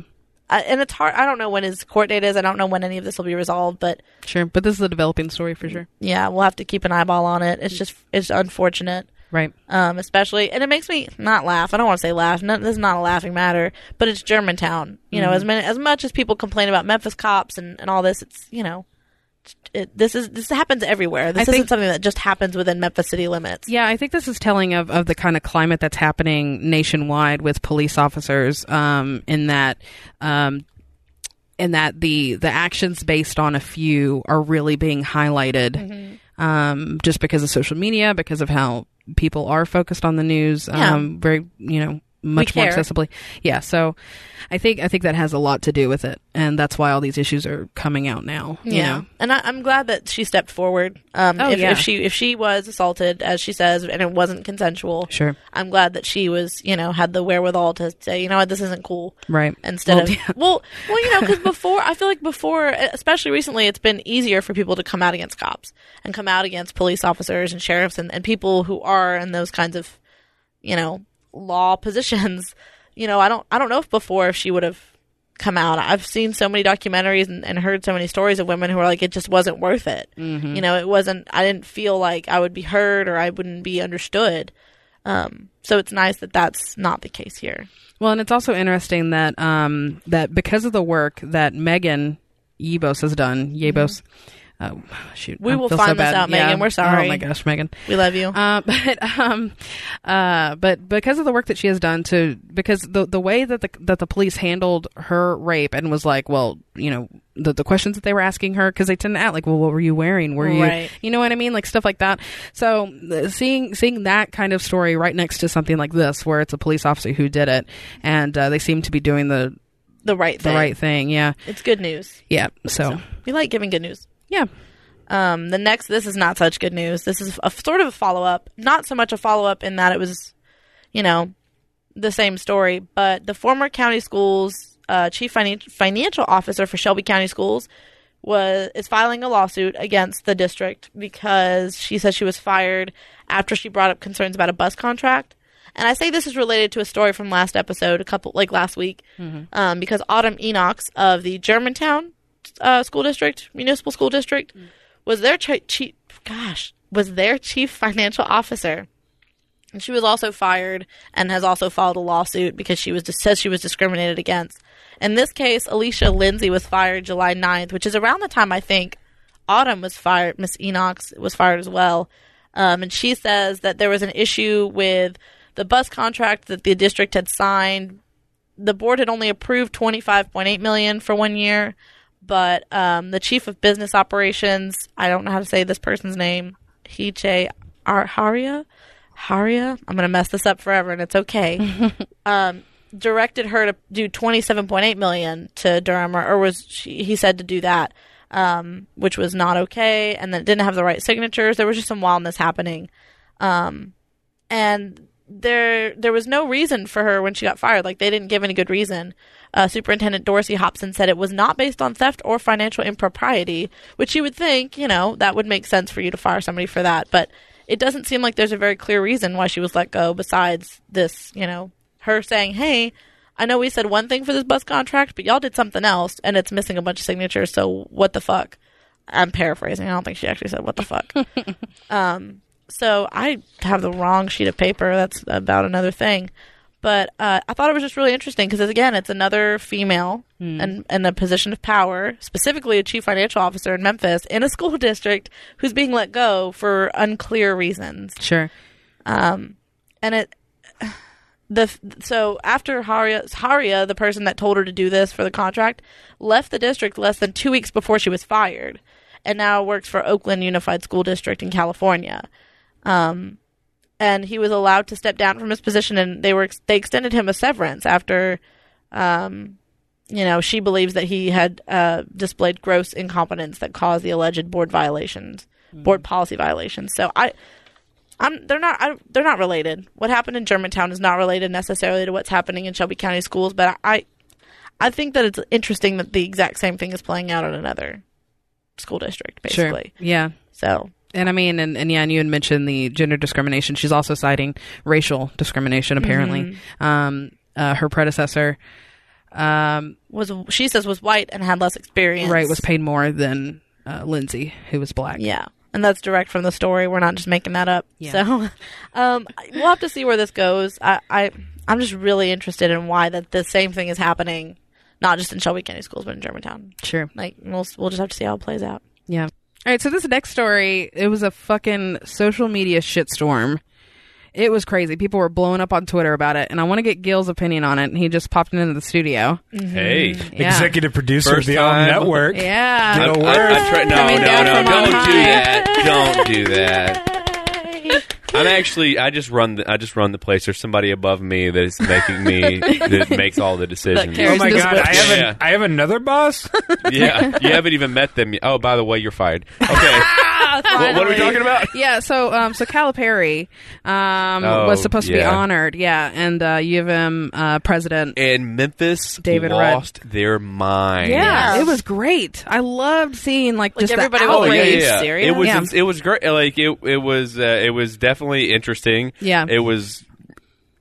Speaker 3: I, and it's hard. I don't know when his court date is. I don't know when any of this will be resolved. But
Speaker 2: sure. But this is a developing story for sure.
Speaker 3: yeah, we'll have to keep an eyeball on it. It's just it's unfortunate,
Speaker 2: Right.
Speaker 3: um, especially and it makes me not laugh. I don't want to say laugh. No, this is not a laughing matter. But it's Germantown. You know, as
Speaker 2: Mm-hmm.
Speaker 3: many, as much as people complain about Memphis cops and, and all this, it's you know. It, this is this happens everywhere. This
Speaker 2: I
Speaker 3: isn't
Speaker 2: think-
Speaker 3: something that just happens within Memphis city limits.
Speaker 2: Yeah, I think this is telling of, of the kind of climate that's happening nationwide with police officers. Um, in that, um, in that the the actions based on a few are really being highlighted,
Speaker 3: Mm-hmm.
Speaker 2: um, just because of social media, because of how people are focused on the news.
Speaker 3: Yeah.
Speaker 2: Um, very you know much more
Speaker 3: care.
Speaker 2: accessibly. Yeah, so I think I think that has a lot to do with it, and that's why all these issues are coming out now. you know?
Speaker 3: and I, I'm glad that she stepped forward. Um,
Speaker 2: Oh,
Speaker 3: if,
Speaker 2: yeah.
Speaker 3: if she if she was assaulted, as she says, and it wasn't consensual,
Speaker 2: Sure.
Speaker 3: I'm glad that she was, you know, had the wherewithal to say, you know what, this isn't cool.
Speaker 2: Right.
Speaker 3: Instead
Speaker 2: Well,
Speaker 3: of
Speaker 2: yeah.
Speaker 3: well, well, you know, because before I feel like before, especially recently, it's been easier for people to come out against cops and come out against police officers and sheriffs and, and people who are in those kinds of, you know, law positions. You know, I don't I don't know if before she would have come out. I've seen so many documentaries and, and heard so many stories of women who are like, it just wasn't worth it. You know, it wasn't. I didn't feel like I would be heard or I wouldn't be understood. Um, so it's nice that that's not the case here.
Speaker 2: Well, and it's also interesting that um, that because of the work that Megan Yebos has done, Yebos. Oh, shoot,
Speaker 3: Mm-hmm. We
Speaker 2: I
Speaker 3: will
Speaker 2: feel so
Speaker 3: find this
Speaker 2: bad.
Speaker 3: out, Megan.
Speaker 2: Yeah.
Speaker 3: We're sorry.
Speaker 2: Oh my gosh, Megan.
Speaker 3: We love you.
Speaker 2: Uh, but um, uh, but because of the work that she has done to because the the way that the that the police handled her rape and was like, well, you know, the the questions that they were asking her because they tend to act like, well, what were you wearing? Were you,
Speaker 3: Right.
Speaker 2: you know what I mean, like stuff like that. So th- seeing seeing that kind of story right next to something like this, where it's a police officer who did it, and uh, they seem to be doing the
Speaker 3: the right
Speaker 2: the
Speaker 3: thing.
Speaker 2: right thing. Yeah,
Speaker 3: It's good news.
Speaker 2: yeah. So
Speaker 3: We like giving good news.
Speaker 2: yeah,
Speaker 3: Um, the next, this is not such good news. This is a sort of a follow up. Not so much a follow up in that it was, you know, the same story, but the former county schools uh, chief finan- financial officer for Shelby County Schools was is filing a lawsuit against the district because she says she was fired after she brought up concerns about a bus contract. And I say this is related to a story from last episode, a couple like last week, um, because Autumn Enox of the Germantown uh, school district, municipal school district, was their chi- chief. Gosh, was their chief financial officer. And she was also fired and has also filed a lawsuit because she was says she was discriminated against. In this case, Alicia Lindsay was fired July 9th, which is around the time I think Autumn was fired. Miss Enox was fired as well. Um, and she says that there was an issue with the bus contract that the district had signed. The board had only approved 25.8 million for one year, but um, the chief of business operations, I don't know how to say this person's name, Hiche Ar- Haria. Haria, I'm going to mess this up forever and it's okay. um, directed her to do 27.8 million to Durham, or, or was she, he said to do that, um, which was not okay, and then it didn't have the right signatures. There was just some wildness happening, um, and there there was no reason for her when she got fired. Like they didn't give any good reason. Uh, Superintendent Dorsey Hobson said it was not based on theft or financial impropriety, which you would think, you know, that would make sense for you to fire somebody for that, but. It doesn't seem like there's a very clear reason why she was let go besides this, you know, her saying, "Hey, I know we said one thing for this bus contract, but y'all did something else, and it's missing a bunch of signatures. So what the fuck?" I'm paraphrasing. I don't think she actually said what the fuck. um, so I have the wrong sheet of paper. That's about another thing. But uh, I thought it was just really interesting because again, it's another female and in a position of power, specifically a chief financial officer in Memphis in a school district who's being let go for unclear reasons
Speaker 2: Sure.
Speaker 3: and it the f- so after Haria Haria the person that told her to do this for the contract left the district less than 2 weeks before she was fired and now works for Oakland Unified School District in California um and he was allowed to step down from his position and they were ex- they extended him a severance after um you know she believes that he had uh displayed gross incompetence that caused the alleged board violations board policy violations so i I'm, they're not. I, they're not related. What happened in Germantown is not related necessarily to what's happening in Shelby County schools. But I, I think that it's interesting that the exact same thing is playing out in another school district, basically.
Speaker 2: Sure. Yeah.
Speaker 3: So
Speaker 2: And I mean, and, and yeah, and you had mentioned the gender discrimination. She's also citing racial discrimination, apparently. Um, uh, her predecessor, um,
Speaker 3: was she says was white and had less experience.
Speaker 2: right, was paid more than uh, Lindsay, who was black.
Speaker 3: Yeah. And that's direct from the story. We're not just making that up. So um, we'll have to see where this goes. I, I I'm just really interested in why that the same thing is happening, not just in Shelby County schools, but in Germantown.
Speaker 2: Sure.
Speaker 3: Like we'll we'll just have to see how it plays out.
Speaker 2: Yeah. All right. So this next story, it was a fucking social media shitstorm. It was crazy. People were blowing up on Twitter about it, and I want to get Gil's opinion on it. And he just popped into the studio.
Speaker 5: Hey.
Speaker 2: Yeah.
Speaker 4: Executive producer
Speaker 5: First
Speaker 4: of the Elm
Speaker 5: time.
Speaker 4: Network.
Speaker 2: Yeah.
Speaker 5: I,
Speaker 4: Get a
Speaker 5: I-
Speaker 4: word.
Speaker 5: I try- no,
Speaker 2: Coming
Speaker 5: no,
Speaker 2: down
Speaker 5: no.
Speaker 2: from on
Speaker 5: Don't do
Speaker 2: high.
Speaker 5: that. Don't do that. I'm actually. I just run. The, I just run the place. There's somebody above me that is making me that makes all the decisions.
Speaker 2: cares.
Speaker 4: Oh my
Speaker 2: Just
Speaker 4: god!
Speaker 2: what-
Speaker 4: I have, an,
Speaker 5: Yeah.
Speaker 4: I have another boss.
Speaker 5: Yeah, you haven't even met them. yet. Oh, by the way, you're fired. Okay. what, what are we talking about?
Speaker 2: Yeah, so um, so Calipari um,
Speaker 5: Oh,
Speaker 2: was supposed to be
Speaker 5: yeah.
Speaker 2: honored, yeah, and uh, U of M uh, president.
Speaker 5: And Memphis
Speaker 2: David Rudd.
Speaker 5: lost their mind.
Speaker 2: yeah,
Speaker 3: Yeah.
Speaker 2: it was great. I loved seeing like, just the
Speaker 3: everybody was
Speaker 5: Oh yeah,
Speaker 2: outrage.
Speaker 3: Wait,
Speaker 5: yeah,
Speaker 3: serious?
Speaker 5: It was
Speaker 2: Yeah.
Speaker 5: it was great. Like it it was uh, it was definitely interesting.
Speaker 2: Yeah.
Speaker 5: it was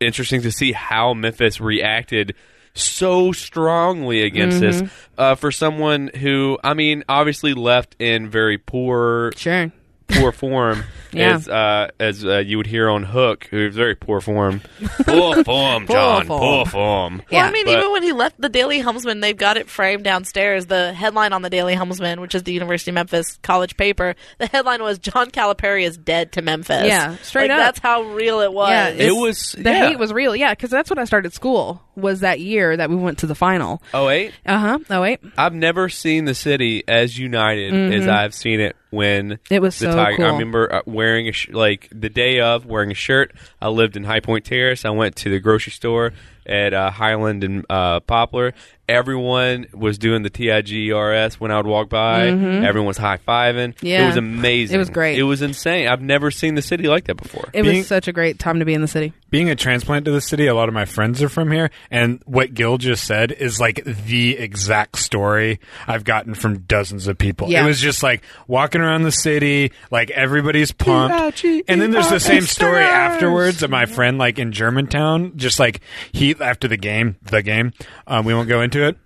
Speaker 5: interesting to see how Memphis reacted so strongly against this
Speaker 2: Mm-hmm.
Speaker 5: uh, for someone who I mean obviously left in very poor
Speaker 2: Sure,
Speaker 5: poor form.
Speaker 2: Yeah.
Speaker 5: As uh, as uh, you would hear on Hook, who's very poor form, poor form, John,
Speaker 2: form.
Speaker 5: poor form.
Speaker 2: Yeah.
Speaker 3: Well, I mean,
Speaker 5: But-
Speaker 3: even when he left the Daily Helmsman, they've got it framed downstairs. The headline on the Daily Helmsman, which is the University of Memphis college paper, the headline was "John Calipari is dead to Memphis."
Speaker 2: Yeah, straight
Speaker 3: Like,
Speaker 2: up.
Speaker 3: That's how real it was.
Speaker 2: yeah, it's-
Speaker 5: was-
Speaker 2: the
Speaker 5: yeah.
Speaker 2: hate was real, yeah, because that's when I started school. Was that year that we went to the final?
Speaker 5: Oh eight,
Speaker 2: Uh huh. Oh wait,
Speaker 5: I've never seen the city as united as I've seen it when
Speaker 2: Mm-hmm. It was
Speaker 5: the
Speaker 2: so
Speaker 5: Tiger. I
Speaker 2: cool.
Speaker 5: remember uh, wearing a sh- like the day of wearing a shirt. I lived in High Point Terrace. I went to the grocery store at uh, Highland and uh, Poplar. Everyone was doing the TIGERS E when I would walk by. Everyone was high fiving. it
Speaker 2: Mm-hmm. Yeah.
Speaker 5: was amazing.
Speaker 2: It was great.
Speaker 5: It was insane. I've never seen the city like that before.
Speaker 2: it
Speaker 4: Being-
Speaker 2: was such a great time to be in the city.
Speaker 4: being a transplant to the city, a lot of my friends are from here, and what Gil just said is like the exact story I've gotten from dozens of people.
Speaker 2: Yeah.
Speaker 4: It was just like walking around the city, like everybody's pumped,
Speaker 5: P.I.G.E.R.S..
Speaker 4: and then there's the same story afterwards of my friend like in Germantown, just like he after the game, the game. Um, we won't go into it.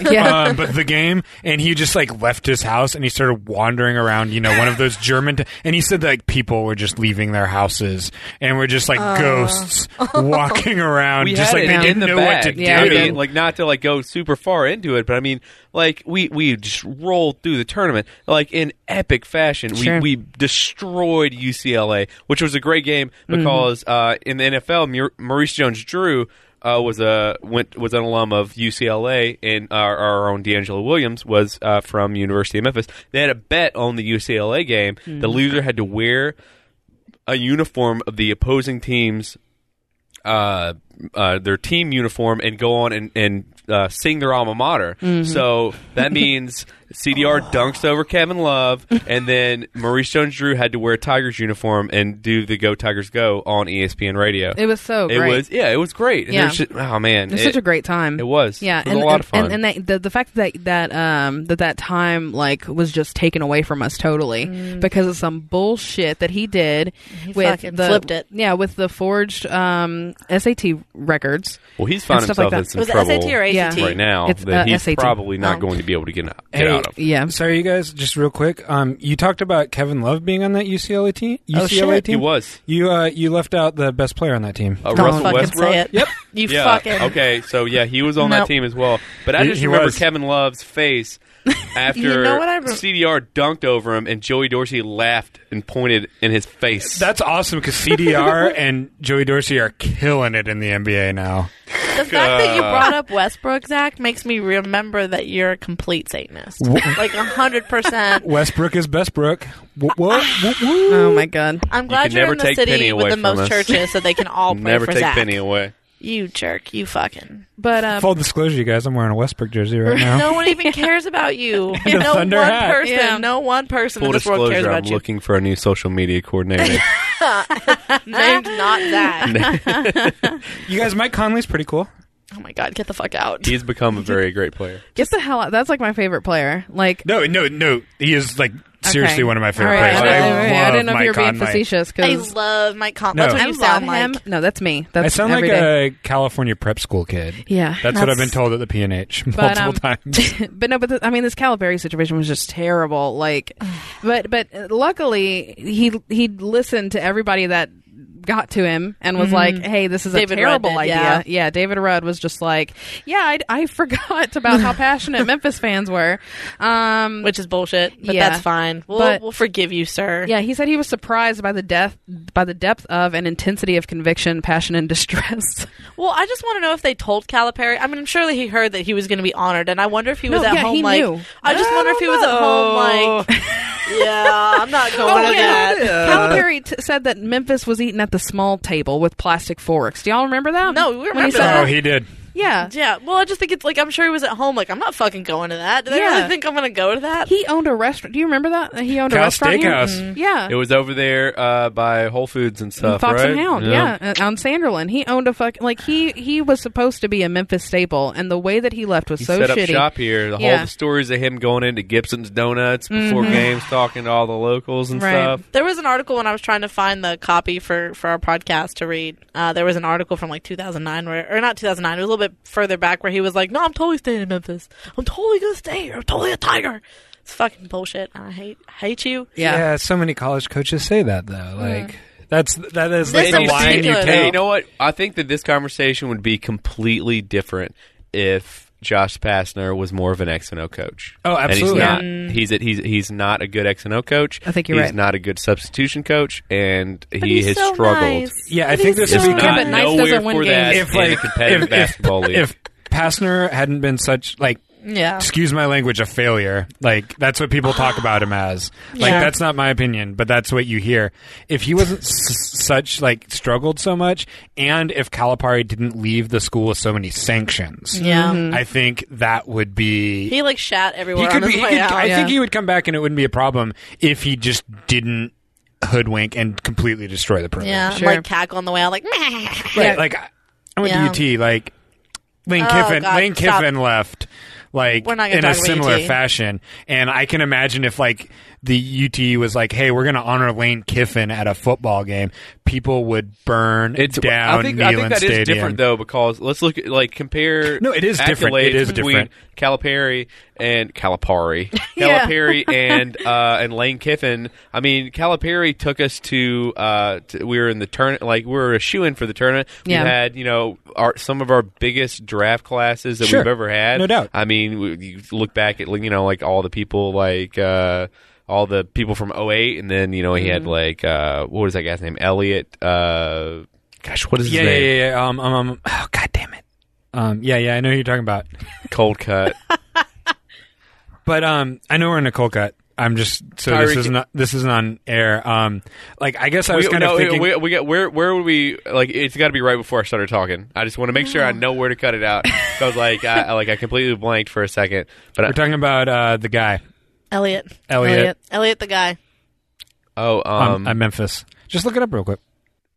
Speaker 2: Yeah,
Speaker 4: um, but the game, and he just like left his house and he started wandering around, you know, one of those German. and he said like people were just leaving their houses and were just like ghosts walking around,
Speaker 5: we
Speaker 4: just
Speaker 5: had
Speaker 4: like
Speaker 5: it
Speaker 4: they
Speaker 5: in
Speaker 4: didn't
Speaker 5: the
Speaker 4: know
Speaker 5: bag.
Speaker 4: what to
Speaker 2: Yeah,
Speaker 5: I
Speaker 2: we
Speaker 4: do.
Speaker 5: mean,
Speaker 2: did.
Speaker 5: like not to like go super far into it, but I mean, like we we just rolled through the tournament like in epic fashion.
Speaker 2: Sure.
Speaker 5: We we destroyed UCLA, which was a great game because uh, in the NFL, Mur- Maurice Jones-Drew. Uh, was a went was an alum of UCLA and our, our own D'Angelo Williams was uh, from University of Memphis. They had a bet on the UCLA game. The loser had to wear a uniform of the opposing team's uh, uh, their team uniform and go on and, and uh, sing their alma mater.
Speaker 2: Mm-hmm.
Speaker 5: So that means CDR dunks over Kevin Love, and then Maurice Jones-Drew had to wear a Tigers uniform and do the "Go Tigers Go" on E ESPN Radio.
Speaker 2: It was so
Speaker 5: It
Speaker 2: great.
Speaker 5: was yeah, it was great. And
Speaker 2: Yeah.
Speaker 5: there's ju- oh man,
Speaker 2: It was
Speaker 5: it-
Speaker 2: such a great time.
Speaker 5: It was.
Speaker 2: Yeah,
Speaker 5: it was
Speaker 2: and,
Speaker 5: a lot
Speaker 2: and,
Speaker 5: of fun.
Speaker 2: And, and that, the the fact that that um that that time like was just taken away from us totally because of some bullshit that he did with
Speaker 3: Mm. fucking
Speaker 2: the
Speaker 3: flipped it.
Speaker 2: Yeah, with the forged um SAT records.
Speaker 5: well, he's found
Speaker 2: and stuff like
Speaker 5: himself in
Speaker 2: that.
Speaker 5: some
Speaker 3: Was it
Speaker 5: trouble
Speaker 3: SAT or
Speaker 2: Yeah.
Speaker 3: ACT?
Speaker 5: right now
Speaker 2: It's,
Speaker 5: that
Speaker 2: uh,
Speaker 5: he's
Speaker 2: SAT.
Speaker 5: probably not
Speaker 3: Oh.
Speaker 5: going to be able to get, out- get
Speaker 4: Hey,
Speaker 5: out of.
Speaker 2: Yeah.
Speaker 4: Sorry, you guys. Just real quick. Um, you talked about Kevin Love being on that UCLA team. UCLA
Speaker 5: He
Speaker 4: team.
Speaker 5: was.
Speaker 4: You uh, you left out the best player on that team.
Speaker 5: Uh,
Speaker 3: Don't
Speaker 5: Russell
Speaker 3: fucking
Speaker 5: Westbrook.
Speaker 3: say it.
Speaker 4: Yep.
Speaker 3: You
Speaker 5: yeah.
Speaker 3: fucking.
Speaker 5: Okay, so yeah, he was on that
Speaker 3: Nope.
Speaker 5: team as well. But I
Speaker 4: He-
Speaker 5: just
Speaker 4: he
Speaker 5: remember
Speaker 4: was.
Speaker 5: Kevin Love's face after
Speaker 3: You know what I rem-
Speaker 5: CDR dunked over him and Joey Dorsey laughed and pointed in his face.
Speaker 4: That's awesome because CDR and Joey Dorsey are killing it in the NBA now.
Speaker 3: The fact that
Speaker 5: uh,
Speaker 3: you brought up Westbrook, Zach, makes me remember that you're a complete Satanist. like hundred percent.
Speaker 4: Westbrook is Bestbrook. What?
Speaker 2: Oh my god.
Speaker 3: I'm glad
Speaker 5: can
Speaker 3: you are
Speaker 5: never
Speaker 3: in the
Speaker 5: take Penny
Speaker 3: city
Speaker 5: away
Speaker 3: with the
Speaker 5: from
Speaker 3: most
Speaker 5: us.
Speaker 3: churches, so they can all pray
Speaker 5: Never
Speaker 3: for
Speaker 5: take
Speaker 3: Zach.
Speaker 5: Penny away.
Speaker 3: You jerk. You fucking.
Speaker 2: But um,
Speaker 4: Full disclosure, you guys, I'm wearing a Westbrook jersey right now.
Speaker 3: No one even cares about you.
Speaker 4: a
Speaker 3: no one
Speaker 4: thunder hat.
Speaker 3: person.
Speaker 2: Yeah.
Speaker 3: No one person
Speaker 5: Full
Speaker 3: in this world cares
Speaker 5: disclosure, I'm
Speaker 3: about you.
Speaker 5: looking for a new social media coordinator.
Speaker 3: Named not Zach.
Speaker 4: You guys, Mike Conley's pretty cool.
Speaker 3: oh my god, get the fuck out.
Speaker 5: He's become a very great player.
Speaker 2: get the hell out. That's like my favorite player. Like
Speaker 4: No, no, no. He is like
Speaker 2: okay.
Speaker 4: seriously one of my favorite
Speaker 2: All right,
Speaker 4: players.
Speaker 2: I,
Speaker 4: I,
Speaker 2: all right,
Speaker 4: love
Speaker 2: I didn't know
Speaker 4: Mike
Speaker 2: if you were being
Speaker 4: Conley.
Speaker 2: facetious
Speaker 3: I
Speaker 2: because
Speaker 3: love Mike Conley.
Speaker 4: No.
Speaker 3: That's what
Speaker 2: I
Speaker 3: you
Speaker 2: love
Speaker 3: sound like.
Speaker 2: him. No, that's me. That's
Speaker 4: I sound like
Speaker 2: every day.
Speaker 4: a California prep school kid.
Speaker 2: yeah.
Speaker 4: That's, what I've been
Speaker 3: That's-
Speaker 4: told at the PNH
Speaker 2: But, um,
Speaker 4: multiple times.
Speaker 2: but no, but the, I mean, this Calipari situation was just terrible. Like, but but luckily he he listened to everybody that got to him and was like, "Hey, this is a
Speaker 3: Mm-hmm. David
Speaker 2: terrible
Speaker 3: Rudd did,
Speaker 2: idea."
Speaker 3: yeah.
Speaker 2: David Rudd was just like, "Yeah, I, I forgot about how passionate Memphis fans were." Um,
Speaker 3: Which is bullshit, but
Speaker 2: Yeah.
Speaker 3: that's fine. We'll,
Speaker 2: But-
Speaker 3: we'll forgive you, sir.
Speaker 2: yeah, he said he was surprised by the death, by the depth of and intensity of conviction, passion, and distress.
Speaker 3: Well, I just want to know if they told Calipari. I mean, I'm sure that he heard that he was going to be honored, and I wonder if he was
Speaker 2: No,
Speaker 3: at
Speaker 2: yeah,
Speaker 3: home
Speaker 2: he
Speaker 3: like.
Speaker 2: knew.
Speaker 3: I just wonder if he was at home like. yeah, I'm not going
Speaker 2: Oh,
Speaker 5: Oh,
Speaker 3: to Oh, that.
Speaker 2: Calipari t- said that Memphis was eating at the small table with plastic forks. Do y'all remember that?
Speaker 3: No, we
Speaker 2: When he
Speaker 3: remember
Speaker 2: said
Speaker 3: that.
Speaker 4: oh, he did.
Speaker 2: Yeah.
Speaker 3: Yeah, well, I just think it's like I'm sure he was at home. Like I'm not fucking going to that. Do they
Speaker 2: Yeah.
Speaker 3: really think I'm going to go to that?
Speaker 2: He owned a restaurant. Do you remember that? He owned a
Speaker 4: Cal
Speaker 2: restaurant. here?
Speaker 4: Steakhouse.
Speaker 3: Mm-hmm.
Speaker 2: Mhm. Yeah.
Speaker 5: It was over there uh, by Whole Foods and stuff,
Speaker 2: Fox
Speaker 5: right?
Speaker 2: and Hound, yeah. uh, on Sanderland. He owned a fuck like he he was supposed to be a Memphis staple, and the way that he left was
Speaker 5: He
Speaker 2: so
Speaker 5: set up
Speaker 2: shitty.
Speaker 5: shop here. The
Speaker 2: Yeah.
Speaker 5: whole the stories of him going into Gibson's Donuts before
Speaker 3: Mm-hmm.
Speaker 5: games, talking to all the locals and
Speaker 2: Right.
Speaker 5: stuff.
Speaker 3: There was an article when I was trying to find the copy for, for our podcast to read. Uh, there was an article from like 2009, where, or not 2009, it was a little bit further back where he was like, No, I'm totally staying in Memphis. I'm totally going to stay here. I'm totally a tiger. It's fucking bullshit. I hate hate you.
Speaker 2: Yeah.
Speaker 4: so many college coaches say that though. Like that's that is
Speaker 3: This
Speaker 4: like the
Speaker 3: is
Speaker 4: line you
Speaker 3: ridiculous.
Speaker 5: Hey,
Speaker 4: take.
Speaker 5: you know what? I think that this conversation would be completely different if Josh Pastner was more of an X and O coach.
Speaker 4: Oh, absolutely.
Speaker 5: And he's not. He's a, he's he's not a good X and O coach.
Speaker 2: Mm. I think you're
Speaker 5: he's
Speaker 2: right.
Speaker 5: not a good substitution coach, and he
Speaker 3: he's
Speaker 5: has
Speaker 3: so
Speaker 5: struggled.
Speaker 3: nice.
Speaker 4: Yeah, I
Speaker 3: But
Speaker 4: think this
Speaker 3: he's so
Speaker 4: is
Speaker 5: Not
Speaker 4: Yeah,
Speaker 2: but nice
Speaker 5: nowhere
Speaker 2: doesn't win
Speaker 5: for that
Speaker 2: games.
Speaker 4: if
Speaker 5: in a
Speaker 4: like
Speaker 5: competitive
Speaker 4: if,
Speaker 5: basketball
Speaker 4: if,
Speaker 5: league.
Speaker 4: if Pastner hadn't been such like
Speaker 3: Yeah.
Speaker 4: excuse my language a failure like that's what people talk about him as like
Speaker 3: Yeah.
Speaker 4: that's not my opinion but that's what you hear if he wasn't s- such like struggled so much and if Calipari didn't leave the school with so many sanctions
Speaker 3: Yeah.
Speaker 4: I think that would be
Speaker 3: Mm-hmm. He like shat everywhere
Speaker 4: he
Speaker 3: on
Speaker 4: could
Speaker 3: his
Speaker 4: be. he
Speaker 3: way
Speaker 4: could-
Speaker 3: out.
Speaker 4: I
Speaker 2: yeah.
Speaker 4: think he would come back and it wouldn't be a problem if he just didn't hoodwink and completely destroy the program.
Speaker 3: yeah.
Speaker 2: Sure.
Speaker 3: Like cackle on the way out. Like, meh.
Speaker 4: Right. Like I I went
Speaker 3: Yeah.
Speaker 4: to UT. Like Lane
Speaker 3: Oh,
Speaker 4: Kiffin.
Speaker 3: God,
Speaker 4: Lane
Speaker 3: stop.
Speaker 4: Kiffin left. Like
Speaker 3: We're not
Speaker 4: in
Speaker 3: gonna
Speaker 4: a
Speaker 3: talk about
Speaker 4: similar
Speaker 3: UT.
Speaker 4: fashion, and I can imagine if like the UT was like, "Hey, we're going to honor Lane Kiffin at a football game," people would burn
Speaker 5: It's
Speaker 4: down
Speaker 5: I think,
Speaker 4: Neyland
Speaker 5: I think that is
Speaker 4: Stadium.
Speaker 5: different though because let's look at like compare.
Speaker 4: No, it is different.
Speaker 5: accolades
Speaker 4: It is
Speaker 5: between
Speaker 4: different.
Speaker 5: Calipari and Calipari,
Speaker 2: Yeah.
Speaker 5: Calipari and uh, and Lane Kiffin. I mean, Calipari took us to. Uh, to we were in the turn like we were a shoe in for the tournament.
Speaker 2: Yeah.
Speaker 5: We had you know our some of our biggest draft classes that
Speaker 4: Sure.
Speaker 5: we've ever had.
Speaker 4: No doubt.
Speaker 5: I mean, we, you look back at you know like all the people like. Uh, all the people from 08, and then you know he had like uh, what was that guy's name? Elliot. Uh, gosh, what is
Speaker 4: Yeah,
Speaker 5: his
Speaker 4: yeah,
Speaker 5: name?
Speaker 4: yeah, yeah. Um, um, um, oh, God damn it. Um, yeah, yeah. I know who you're talking about.
Speaker 5: cold cut.
Speaker 4: But um, I know we're in a cold cut. I'm just so this
Speaker 5: Tyreek-
Speaker 4: is not this isn't on air. Um, like I guess I was
Speaker 5: We,
Speaker 4: kind
Speaker 5: no,
Speaker 4: of
Speaker 5: we-
Speaker 4: thinking.
Speaker 5: we, we got, where where would we like? It's got to be right before I started talking. I just want to make sure I know where to cut it out. So I was like, I, I- like I completely blanked for a second, but I,
Speaker 4: we're talking about uh, the guy
Speaker 3: Elliot.
Speaker 4: Elliot.
Speaker 3: Elliot. Elliot the guy.
Speaker 5: oh,
Speaker 4: um,
Speaker 5: um,
Speaker 4: at Memphis. Just look it up real quick.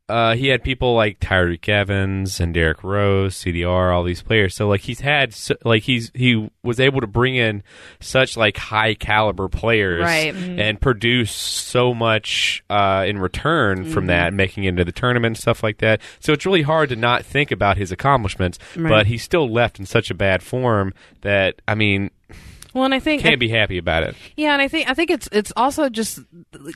Speaker 5: uh, he had people like Tyreek Evans and Derek Rose, CDR, all these players. So like he's had so, like he's he was able to bring in such like high caliber players,
Speaker 2: Right. mm-hmm.
Speaker 5: and produce so much uh, in return
Speaker 2: Mm-hmm.
Speaker 5: from that, making it into the tournament and stuff like that. So it's really hard to not think about his accomplishments, but he's still left in such a bad form that I mean
Speaker 2: Well, and I think
Speaker 5: can't be happy about it.
Speaker 2: Yeah, and I think I think it's it's also just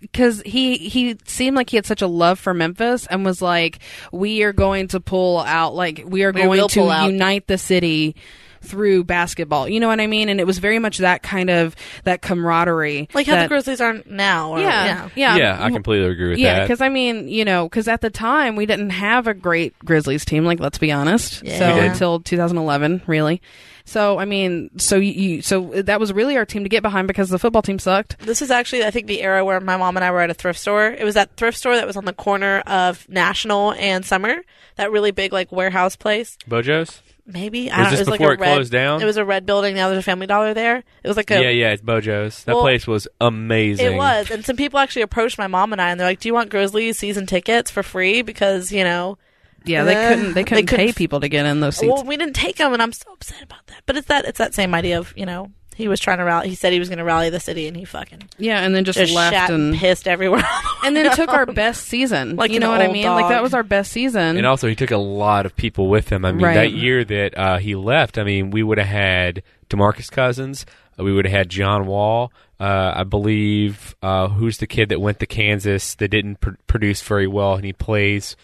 Speaker 2: because he he seemed like he had such a love for Memphis and was like, we are going to pull out, like we are
Speaker 3: We
Speaker 2: going
Speaker 3: will
Speaker 2: to
Speaker 3: pull out.
Speaker 2: unite the city through basketball. You know what I mean? And it was very much that kind of that camaraderie,
Speaker 3: Like how
Speaker 2: that,
Speaker 3: the Grizzlies aren't now. Or,
Speaker 2: yeah, yeah,
Speaker 5: yeah, I completely agree with
Speaker 2: yeah,
Speaker 5: that.
Speaker 2: because I mean, you know, because at the time we didn't have a great Grizzlies team. Like, let's be honest.
Speaker 3: Yeah.
Speaker 2: So
Speaker 3: We did.
Speaker 2: until 2011, really. So I mean, so you- you, so that was really our team to get behind because the football team sucked.
Speaker 3: This is actually, I think, the era where my mom and I were at a thrift store. It was that thrift store that was on the corner of National and Summer, that really big like warehouse place.
Speaker 5: Bojo's.
Speaker 3: Maybe I
Speaker 5: Was
Speaker 3: don't.
Speaker 5: this
Speaker 3: it was like
Speaker 5: before
Speaker 3: a
Speaker 5: it
Speaker 3: red,
Speaker 5: closed down?
Speaker 3: It was a red building. Now there's a Family Dollar there. It was like a
Speaker 5: Yeah, yeah, it's Bojo's. That
Speaker 3: Well,
Speaker 5: place was amazing.
Speaker 3: It was, and some people actually approached my mom and I, and they're like, "Do you want Grizzlies season tickets for free?" Because you know,
Speaker 2: Yeah, they
Speaker 3: Uh,
Speaker 2: couldn't. They
Speaker 3: they
Speaker 2: couldn't
Speaker 3: couldn't
Speaker 2: pay
Speaker 3: f-
Speaker 2: people to get in those seats.
Speaker 3: well, we didn't take them, and I'm so upset about that. But it's that it's that same idea of you know he was trying to rally. He said he was going to rally the city, and he fucking
Speaker 2: yeah, and then just,
Speaker 3: just
Speaker 2: left
Speaker 3: shat and,
Speaker 2: and
Speaker 3: pissed everywhere.
Speaker 2: and then took our best season.
Speaker 3: Like
Speaker 2: you
Speaker 3: an
Speaker 2: know what I
Speaker 3: old
Speaker 2: mean? Like
Speaker 3: dog.
Speaker 2: that was our best season.
Speaker 5: And also, he took a lot of people with him. I mean,
Speaker 2: Right.
Speaker 5: that year that uh, he left, I mean, we would have had Demarcus Cousins. uh, We would have had John Wall. Uh, I believe uh, who's the kid that went to Kansas that didn't pr- produce very well, and he plays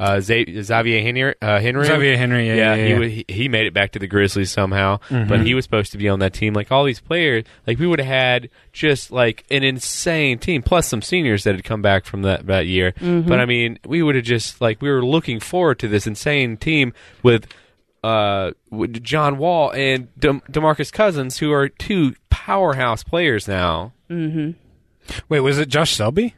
Speaker 5: uh, Za- Xavier Henry. Uh, Henry?
Speaker 4: Xavier Henry, yeah, yeah,
Speaker 5: he
Speaker 4: yeah. Mm-hmm.
Speaker 5: wa- he, he made it back to the Grizzlies somehow, but he was supposed to be on that team. Like all these players, like we would have had just like an insane team, plus some seniors that had come back from that that year. But I mean, we would have just like we were looking forward to this insane team with uh with John Wall and De- Demarcus Cousins, who are two powerhouse players now.
Speaker 4: Wait, was it Josh Selby?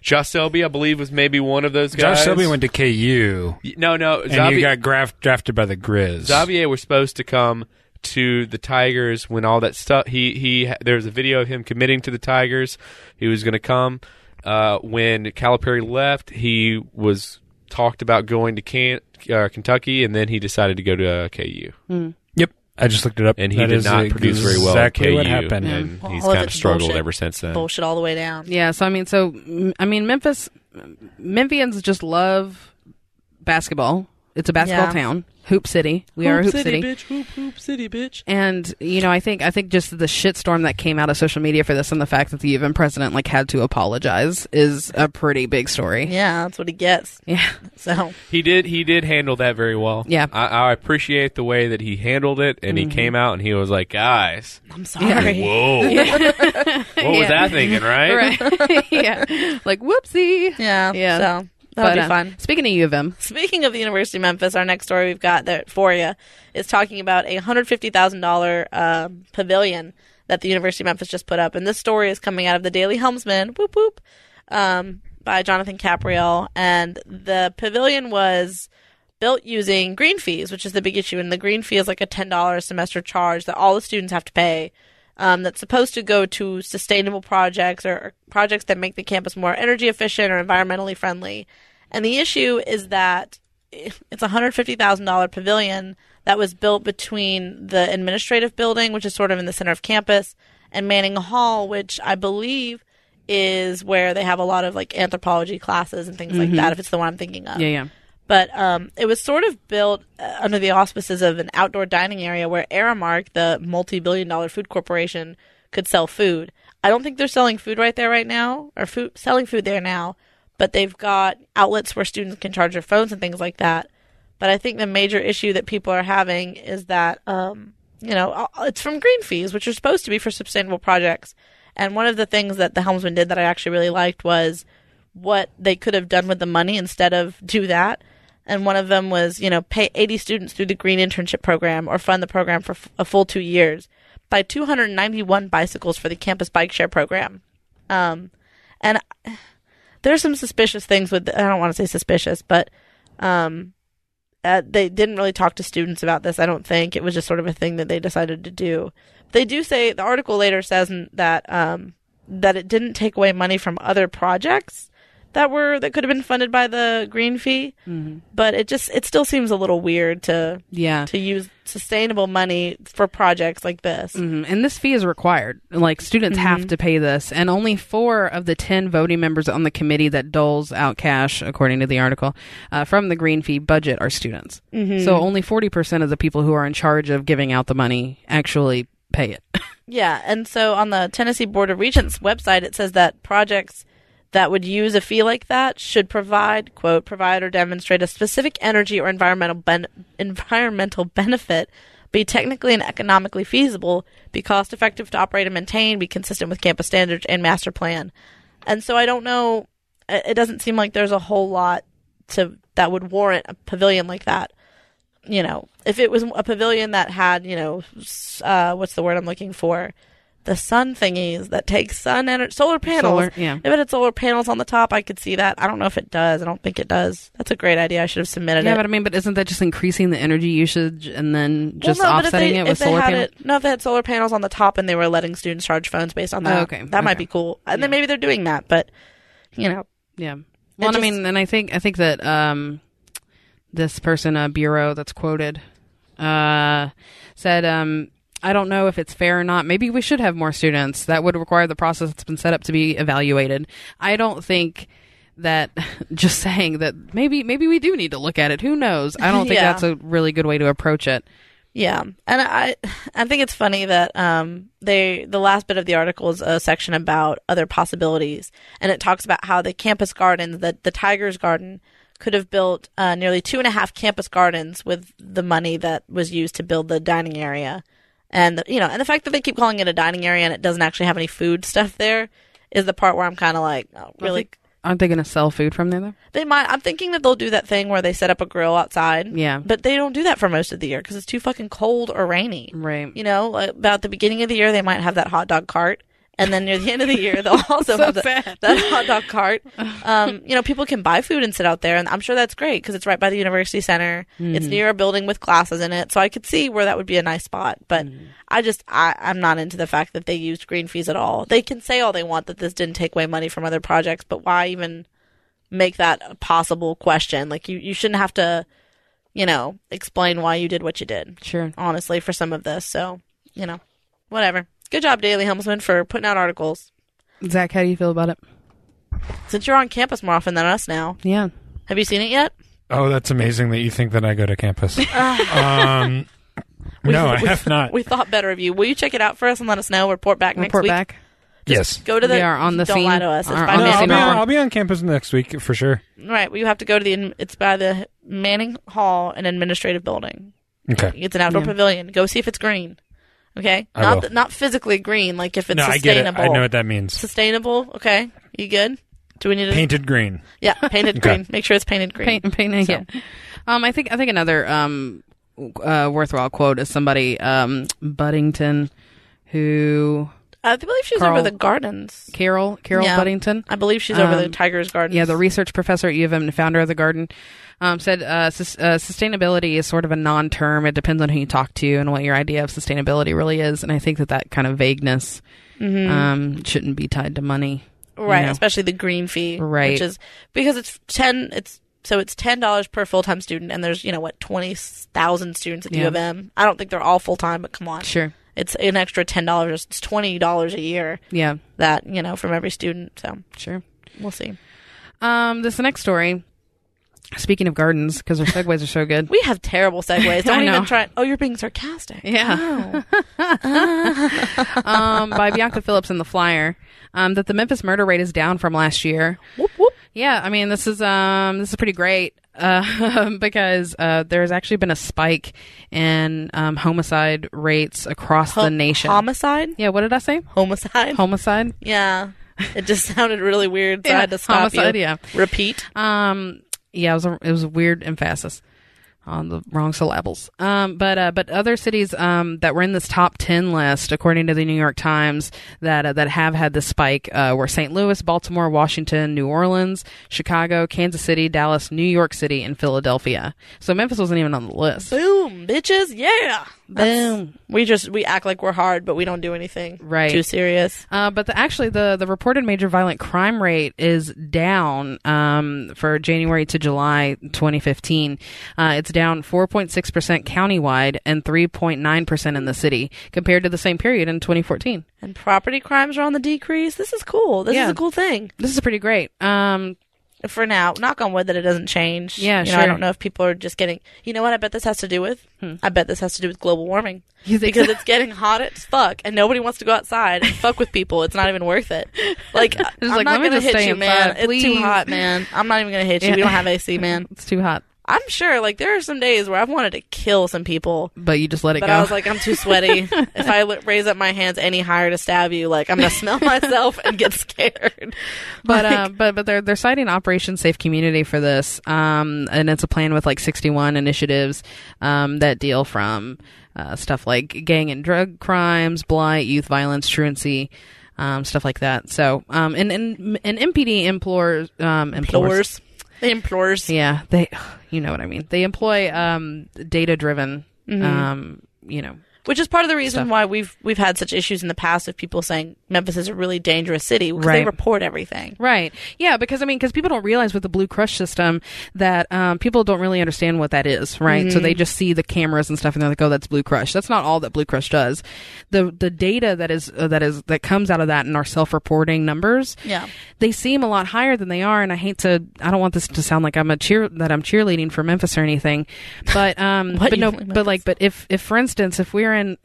Speaker 5: Josh Selby, I believe, was maybe one of those guys.
Speaker 4: Josh Selby went to KU,
Speaker 5: No, no,
Speaker 4: and
Speaker 5: Zabi-
Speaker 4: he got graf- drafted by the Grizz.
Speaker 5: Xavier was supposed to come to the Tigers when all that stuff. He he. There was a video of him committing to the Tigers. He was going to come. Uh, when Calipari left, he was talked about going to Can- uh, Kentucky, and then he decided to go to uh, KU.
Speaker 4: Yep, I just looked it up,
Speaker 5: And he
Speaker 4: That
Speaker 5: did
Speaker 4: is
Speaker 5: not produce very well. at
Speaker 4: Exactly
Speaker 5: KU,
Speaker 4: what happened.
Speaker 5: And he's
Speaker 3: All of
Speaker 5: kind of
Speaker 3: it's
Speaker 5: struggled
Speaker 3: bullshit.
Speaker 5: ever since then.
Speaker 3: bullshit all the way down.
Speaker 2: yeah, so I mean, so m- I mean, Memphis, Memphians just love basketball. It's a basketball
Speaker 3: Yeah.
Speaker 2: town, hoop city. We are a hoop city.
Speaker 3: bitch. Hoop, hoop city, bitch.
Speaker 2: And you know, I think I think just the shitstorm that came out of social media for this, and the fact that the even president like had to apologize, is a pretty big story.
Speaker 3: Yeah, that's what he gets.
Speaker 2: Yeah.
Speaker 3: So
Speaker 5: He did. He did handle that very well.
Speaker 2: Yeah.
Speaker 5: I, I appreciate the way that he handled it, and
Speaker 3: Mm-hmm.
Speaker 5: he came out and he was like, "Guys,
Speaker 3: I'm sorry. Yeah.
Speaker 5: whoa, what was I thinking,
Speaker 2: Right. yeah. Like whoopsie.
Speaker 3: Yeah.
Speaker 2: Yeah.
Speaker 3: So that
Speaker 2: But,
Speaker 3: would be
Speaker 2: uh,
Speaker 3: fun.
Speaker 2: Speaking of U of M,
Speaker 3: Speaking of the University of Memphis, our next story we've got there for you is talking about a $150,000 um pavilion that the University of Memphis just put up. And this story is coming out of the Daily Helmsman, whoop whoop, um, by Jonathan Capriel. And the pavilion was built using green fees, which is the big issue. And the green fee is like a $10 semester charge that all the students have to pay. Um, that's supposed to go to sustainable projects or, or projects that make the campus more energy efficient or environmentally friendly. And the issue is that it's a $150,000 pavilion that was built between the administrative building, which is sort of in the center of campus, and Manning Hall, which I believe is where they have a lot of like anthropology classes and things like that, if it's the one I'm thinking of
Speaker 2: yeah, yeah.
Speaker 3: but um, it was sort of built uh, under the auspices of an outdoor dining area where Aramark, the multi-billion-dollar food corporation, could sell food. I don't think they're selling food right there right now, or food selling food there now, but they've got outlets where students can charge their phones and things like that. But I think the major issue that people are having is that um, you know uh, it's from green fees, which are supposed to be for sustainable projects. And one of the things that the helmsman did that I actually really liked was what they could have done with the money instead of do that. And one of them was, you know, pay 80 students through the green internship program or fund the program for f- a full two years. by 291 bicycles for the campus bike share program. Um, and I- there's some suspicious things with. I don't want to say suspicious, but um, uh, they didn't really talk to students about this. I don't think it was just sort of a thing that they decided to do. They do say the article later says n- that um, that it didn't take away money from other projects that were that could have been funded by the green fee, but it just it still seems a little weird to
Speaker 2: Yeah.
Speaker 3: to use sustainable money for projects like this.
Speaker 2: Mhm. And this fee is required. Like students
Speaker 3: Mm-hmm.
Speaker 2: have to pay this, and only four of the ten voting members on the committee that doles out cash, according to the article, uh, from the green fee budget are students.
Speaker 3: Mm-hmm.
Speaker 2: So only forty percent of the people who are in charge of giving out the money actually pay it.
Speaker 3: Yeah, and so on the Tennessee Board of Regents website, it says that projects that would use a fee like that should provide quote provide or demonstrate a specific energy or environmental ben- environmental benefit, be technically and economically feasible, be cost effective to operate and maintain, be consistent with campus standards and master plan. And so I don't know. It it doesn't seem like there's a whole lot to that would warrant a pavilion like that you know, if it was a pavilion that had, you know, s- uh, what's the word I'm looking for? The sun thingies that take sun energy, solar panels.
Speaker 2: Solar, yeah.
Speaker 3: If it had solar panels on the top, I could see that. I don't know if it does. I don't think it does. That's a great idea. I should have submitted
Speaker 2: Yeah,
Speaker 3: it.
Speaker 2: but I mean, but isn't that just increasing the energy usage and then just
Speaker 3: well, no,
Speaker 2: offsetting
Speaker 3: but if
Speaker 2: it
Speaker 3: they,
Speaker 2: with
Speaker 3: if they
Speaker 2: solar
Speaker 3: had
Speaker 2: panels?
Speaker 3: It, no, if they had solar panels on the top and they were letting students charge phones based on that,
Speaker 2: Oh, okay,
Speaker 3: that might
Speaker 2: okay.
Speaker 3: be cool. And then maybe they're doing that, but you know,
Speaker 2: Yeah. Well, and I
Speaker 3: just-
Speaker 2: mean, and I think I think that um, this person, uh, bureau that's quoted, uh, said, um, "I don't know if it's fair or not. Maybe we should have more students. That would require the process that's been set up to be evaluated. I don't think." That just saying that maybe maybe we do need to look at it. Who knows? I don't think
Speaker 3: Yeah.
Speaker 2: that's a really good way to approach it.
Speaker 3: Yeah, and I I think it's funny that um they the last bit of the article is a section about other possibilities, and it talks about how the campus gardens that the Tigers Garden could have built uh, nearly two and a half campus gardens with the money that was used to build the dining area, and the, you know and the fact that they keep calling it a dining area and it doesn't actually have any food stuff there is the part where I'm kind of like oh, really.
Speaker 2: Aren't they going to sell food from there though?
Speaker 3: They might. I'm thinking that they'll do that thing where they set up a grill outside.
Speaker 2: Yeah.
Speaker 3: But they don't do that for most of the year because it's too fucking cold or rainy.
Speaker 2: Right.
Speaker 3: You know, like, about the beginning of the year, they might have that hot dog cart. And then near the end of the year, they'll also have the,
Speaker 2: sad.
Speaker 3: that hot dog cart. Um, you know, people can buy food and sit out there. And I'm sure that's great because it's right by the university center. It's near a building with classes in it. So I could see where that would be a nice spot. But I just, I, I'm not into the fact that they used green fees at all. They can say all they want that this didn't take away money from other projects, but why even make that a possible question. Like you, you shouldn't have to, you know, explain why you did what you did.
Speaker 2: Sure.
Speaker 3: Honestly, for some of this, so you know, whatever. Good job, Daily Helmsman, for putting out articles.
Speaker 2: Zach, how do you feel about it?
Speaker 3: Since you're on campus more often than us now,
Speaker 2: Yeah.
Speaker 3: have you seen it yet?
Speaker 4: Oh, that's amazing that you think that I go to campus. um, no, I have not.
Speaker 3: Ah. We thought better of you. Will you check it out for us and let us know? Report back next
Speaker 2: Report
Speaker 3: week.
Speaker 2: back.
Speaker 4: yes.
Speaker 3: Go to the.
Speaker 2: we are on the
Speaker 3: don't
Speaker 2: scene.
Speaker 3: lie to us. It's
Speaker 2: Are
Speaker 3: by
Speaker 2: on
Speaker 4: No,
Speaker 2: the
Speaker 4: I'll,
Speaker 2: scene
Speaker 4: be
Speaker 3: Manning.
Speaker 2: right
Speaker 4: on,
Speaker 2: now.
Speaker 4: I'll be on campus next week for sure.
Speaker 3: Right, well, you have to go to the. in- It's by the Manning Hall, an administrative building.
Speaker 4: Okay.
Speaker 3: It's an outdoor pavilion. Go see if it's green. Okay,
Speaker 4: I
Speaker 3: not
Speaker 4: will.
Speaker 3: th- not physically green. Like if it's
Speaker 4: No, I get it.
Speaker 3: sustainable.
Speaker 4: I know what that means.
Speaker 3: Sustainable. Okay, you good? Do we need to
Speaker 4: Painted green.
Speaker 3: Yeah, painted
Speaker 4: Okay.
Speaker 3: green. Make sure it's painted green.
Speaker 2: paint, painting it. Um, I think I think another um, uh, worthwhile quote is somebody um, Buddington, who
Speaker 3: I believe she's
Speaker 2: Carl.
Speaker 3: over the gardens.
Speaker 2: Carol Carol
Speaker 3: Yeah.
Speaker 2: Buddington.
Speaker 3: I believe she's over the
Speaker 2: Um,
Speaker 3: Tigers Gardens.
Speaker 2: Yeah, the research professor at U of M and founder of the garden um, said uh, sus- uh, sustainability is sort of a non term. It depends on who you talk to and what your idea of sustainability really is. And I think that that kind of vagueness um, shouldn't be tied to money.
Speaker 3: right,
Speaker 2: you know.
Speaker 3: especially the green fee,
Speaker 2: Right.
Speaker 3: Which is because it's ten. It's so it's ten dollars per full time student, and there's you know what twenty thousand students at the
Speaker 2: Yeah.
Speaker 3: U of M. I don't think they're all full time, but come on,
Speaker 2: Sure.
Speaker 3: it's an extra ten dollars. It's twenty dollars a year
Speaker 2: Yeah,
Speaker 3: that you know from every student. So
Speaker 2: sure.
Speaker 3: we'll see.
Speaker 2: Um, this next story. Speaking of gardens, because our segues are so good.
Speaker 3: We have terrible segues. Don't
Speaker 2: I know.
Speaker 3: even try. Oh, you're being sarcastic.
Speaker 2: Yeah. um, by Bianca Phillips in the Flyer, um, that the Memphis murder rate is down from last year.
Speaker 3: Whoop, whoop.
Speaker 2: Yeah, I mean this is um, this is pretty great uh, because uh, there's actually been a spike in um, homicide rates across the nation.
Speaker 3: Homicide.
Speaker 2: yeah, what did I say?
Speaker 3: Homicide.
Speaker 2: Homicide.
Speaker 3: Yeah. It just sounded really weird, so
Speaker 2: Yeah,
Speaker 3: I had to stop
Speaker 2: homicide,
Speaker 3: you.
Speaker 2: yeah.
Speaker 3: Repeat.
Speaker 2: Um, yeah, it was a, it was a weird emphasis. on the wrong syllables. Um, but uh, but other cities um, that were in this top ten list, according to the New York Times, that uh, that have had this spike uh, were St. Louis, Baltimore, Washington, New Orleans, Chicago, Kansas City, Dallas, New York City, and Philadelphia. So Memphis wasn't even on the list.
Speaker 3: Boom, bitches, yeah.
Speaker 2: Boom.
Speaker 3: We just we act like we're hard, but we don't do anything
Speaker 2: Right.
Speaker 3: too serious.
Speaker 2: Uh, but the, actually, the, the reported major violent crime rate is down um, for January to July 2015. Uh, it's down 4.6% countywide and 3.9% in the city compared to the same period in 2014.
Speaker 3: And property crimes are on the decrease. This is cool. This
Speaker 2: Yeah.
Speaker 3: is a cool thing
Speaker 2: This is pretty great. Um,
Speaker 3: for now. Knock on wood that it doesn't change.
Speaker 2: Yeah,
Speaker 3: you know,
Speaker 2: sure. Hmm.
Speaker 3: I don't know if people are just getting. You know what? I bet this has to do with. I bet this has to do with global warming
Speaker 2: You think
Speaker 3: because
Speaker 2: so?
Speaker 3: it's getting hot as fuck, and nobody wants to go outside and fuck with people. It's not even worth it. Like I'm
Speaker 2: like, let
Speaker 3: not
Speaker 2: me
Speaker 3: gonna
Speaker 2: just
Speaker 3: hit
Speaker 2: stay
Speaker 3: you, man.
Speaker 2: inside,
Speaker 3: It's
Speaker 2: please.
Speaker 3: too hot, man. I'm not even gonna hit you. We don't have AC, man.
Speaker 2: it's too hot,
Speaker 3: I'm sure. Like there are some days where I've wanted to kill some people.
Speaker 2: but you just let it
Speaker 3: But
Speaker 2: go.
Speaker 3: I was like, I'm too sweaty. if I li- raise up my hands any higher to stab you, like I'm gonna smell myself and get scared.
Speaker 2: but uh, but but they're they're citing Operation Safe Community for this, um, and it's a plan with like 61 initiatives um, that deal from uh, stuff like gang and drug crimes, blight, youth violence, truancy. Um, stuff like that. So, um, and and and MPD implores um, implores.
Speaker 3: Implores. They implores.
Speaker 2: Yeah, they, you know what I mean. They employ um, data driven, um, you know,
Speaker 3: Which is part of the reason
Speaker 2: Stuff.
Speaker 3: why we've we've had such issues in the past of people saying Memphis is a really dangerous city because they
Speaker 2: Right.
Speaker 3: report everything.
Speaker 2: Right. Yeah, because I mean, because people don't realize with the Blue Crush system that um, people don't really understand what that is, right? So they just see the cameras and stuff, and they're like, "Oh, that's Blue Crush." That's not all that Blue Crush does. The the data that is uh, that is that comes out of that in our self reporting numbers,
Speaker 3: Yeah.
Speaker 2: they seem a lot higher than they are. And I hate to, I don't want this to sound like I'm a cheer that I'm cheerleading for Memphis or anything, but um,
Speaker 3: What,
Speaker 2: but
Speaker 3: you
Speaker 2: no,
Speaker 3: think
Speaker 2: but like, but if if for instance, if we're in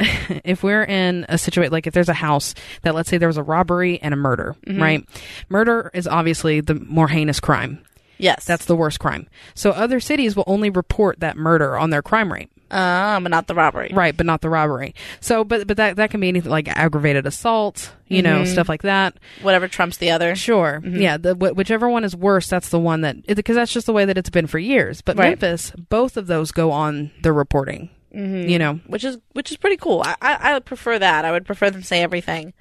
Speaker 2: if we're in a situation like if there's a house that let's say there was a robbery and a murder,
Speaker 3: Mm-hmm.
Speaker 2: right? Murder is obviously the more heinous crime.
Speaker 3: Yes.
Speaker 2: That's the worst crime. So other cities will only report that murder on their crime rate.
Speaker 3: um, but not the robbery.
Speaker 2: Right, but not the robbery. So but but that that can be anything like aggravated assault, you
Speaker 3: Mm-hmm.
Speaker 2: know, stuff like that.
Speaker 3: Whatever trumps the other.
Speaker 2: Sure. Yeah. The, wh- whichever one is worse, that's the one that because that's just the way that it's been for years. But
Speaker 3: Right.
Speaker 2: Memphis, both of those go on the reporting. You know.
Speaker 3: Which is which is pretty cool. I, I I prefer that. I would prefer them say everything.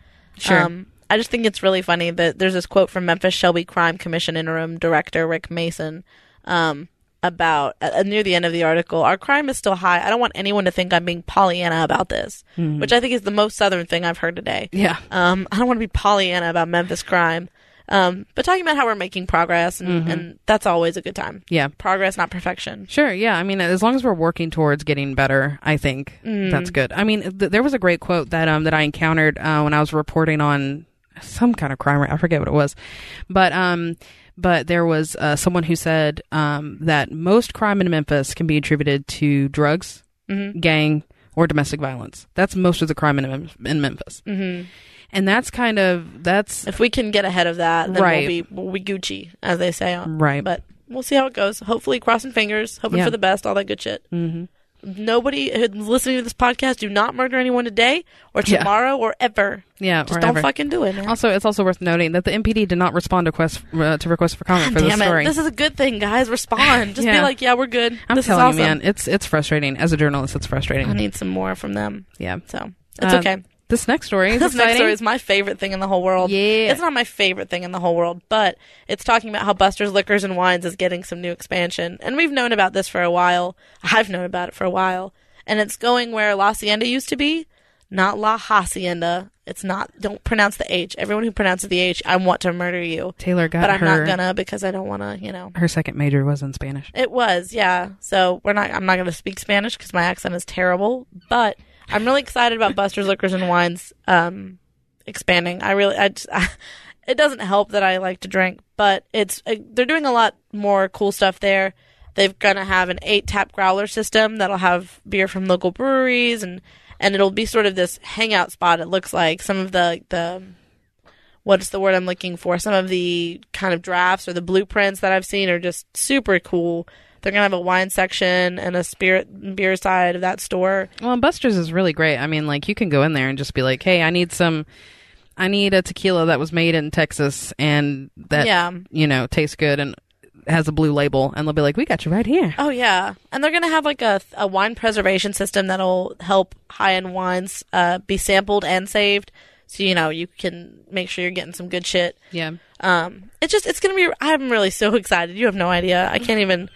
Speaker 2: Sure.
Speaker 3: Um, I just think it's really funny that there's this quote from Memphis Shelby Crime Commission interim director Rick Mason um, about uh, near the end of the article. Our crime is still high. I don't want anyone to think I'm being Pollyanna about this, which I think is the most southern thing I've heard today.
Speaker 2: Yeah.
Speaker 3: Um, I don't want to be Pollyanna about Memphis crime, um, but talking about how we're making progress, and, and that's always a good time.
Speaker 2: Yeah.
Speaker 3: Progress, not perfection.
Speaker 2: Sure. Yeah. I mean, as long as we're working towards getting better, I think that's good. I mean, th- there was a great quote that um that I encountered uh, when I was reporting on some kind of crime. rate. I forget what it was, but um. But there was uh, someone who said um, that most crime in Memphis can be attributed to drugs,
Speaker 3: Mm-hmm.
Speaker 2: gang, or domestic violence. That's most of the crime in, Mem- in Memphis, mm-hmm. and that's kind of that's
Speaker 3: If we can get ahead of that, then
Speaker 2: Right.
Speaker 3: we'll be we'll be Gucci, as they say.
Speaker 2: Right.
Speaker 3: But we'll see how it goes. Hopefully, crossing fingers, hoping
Speaker 2: Yeah.
Speaker 3: for the best, all that good shit. Mm-hmm. Nobody who's listening to this podcast, do not murder anyone today or
Speaker 2: Yeah.
Speaker 3: tomorrow or ever.
Speaker 2: yeah.
Speaker 3: Just
Speaker 2: or
Speaker 3: don't
Speaker 2: ever.
Speaker 3: fucking do it, man.
Speaker 2: Also, it's also worth noting that the MPD did not respond to quest uh, to requests for comment
Speaker 3: God
Speaker 2: for the
Speaker 3: damn it.
Speaker 2: story.
Speaker 3: This is a good thing, guys. Respond. Just
Speaker 2: Yeah.
Speaker 3: be like, yeah, we're good.
Speaker 2: I'm
Speaker 3: this
Speaker 2: telling
Speaker 3: is awesome.
Speaker 2: you, man, it's it's frustrating. As a journalist, it's frustrating.
Speaker 3: I need some more from them.
Speaker 2: yeah,
Speaker 3: So it's
Speaker 2: Um,
Speaker 3: okay.
Speaker 2: This next story is
Speaker 3: This
Speaker 2: exciting.
Speaker 3: next story is my favorite thing in the whole world.
Speaker 2: Yeah.
Speaker 3: It's not my favorite thing in the whole world, but it's talking about how Buster's Liquors and Wines is getting some new expansion. And we've known about this for a while. I've known about it for a while. And it's going where La Hacienda used to be, not La Hacienda. It's not, don't pronounce the H. Everyone who pronounces the H, I want to murder you.
Speaker 2: Taylor got
Speaker 3: But I'm
Speaker 2: her
Speaker 3: not gonna because I don't wanna, you know.
Speaker 2: her second major was in Spanish.
Speaker 3: It was, yeah. So we're not. I'm not going to speak Spanish because my accent is terrible. But I'm really excited about Buster's Liquors and Wines um, expanding. I really, I just, it doesn't help that I like to drink, but it's uh, they're doing a lot more cool stuff there. They're going to have an eight tap growler system that'll have beer from local breweries and and it'll be sort of this hangout spot. It looks like some of the the what's the word I'm looking for? Some of the kind of drafts or the blueprints that I've seen are just super cool. They're gonna have a wine section and a spirit beer side of that store.
Speaker 2: Well, and Buster's is really great. I mean, like you can go in there and just be like, "Hey, I need some, I need a tequila that was made in Texas and that
Speaker 3: Yeah.
Speaker 2: you know tastes good," and has a blue label, and they'll be like, "We got you right here."
Speaker 3: Oh yeah, and they're gonna have like a a wine preservation system that'll help high end wines uh, be sampled and saved, so you know you can make sure you're getting some good shit.
Speaker 2: Yeah.
Speaker 3: Um, it's just it's gonna be. I'm really so excited. You have no idea. I can't even.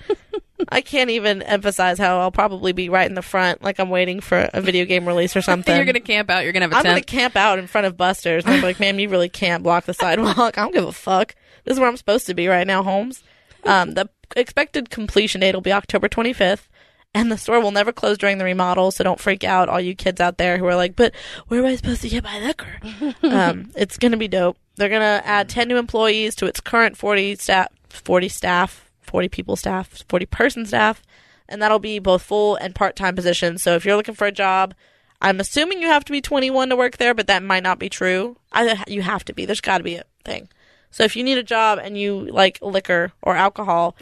Speaker 3: I can't even emphasize how I'll probably be right in the front, like I'm waiting for a video game release or something.
Speaker 2: You're gonna camp out. You're gonna have a
Speaker 3: I'm gonna
Speaker 2: tent.
Speaker 3: camp out in front of Buster's. And I'm like, ma'am, you really can't block the sidewalk. I don't give a fuck. This is where I'm supposed to be right now, Holmes. Um, the expected completion date will be October 25th, and the store will never close during the remodel. So don't freak out, all you kids out there who are like, but where am I supposed to get my liquor? um, it's gonna be dope. They're gonna add 10 new employees to its current 40 staff, 40 staff, 40 people staff, 40 person staff, and that'll be both full and part time positions. So if you're looking for a job. I'm assuming you have to be 21 to work there, but that might not be true. I, you have to be. There's got to be a thing. So if you need a job and you like liquor or alcohol,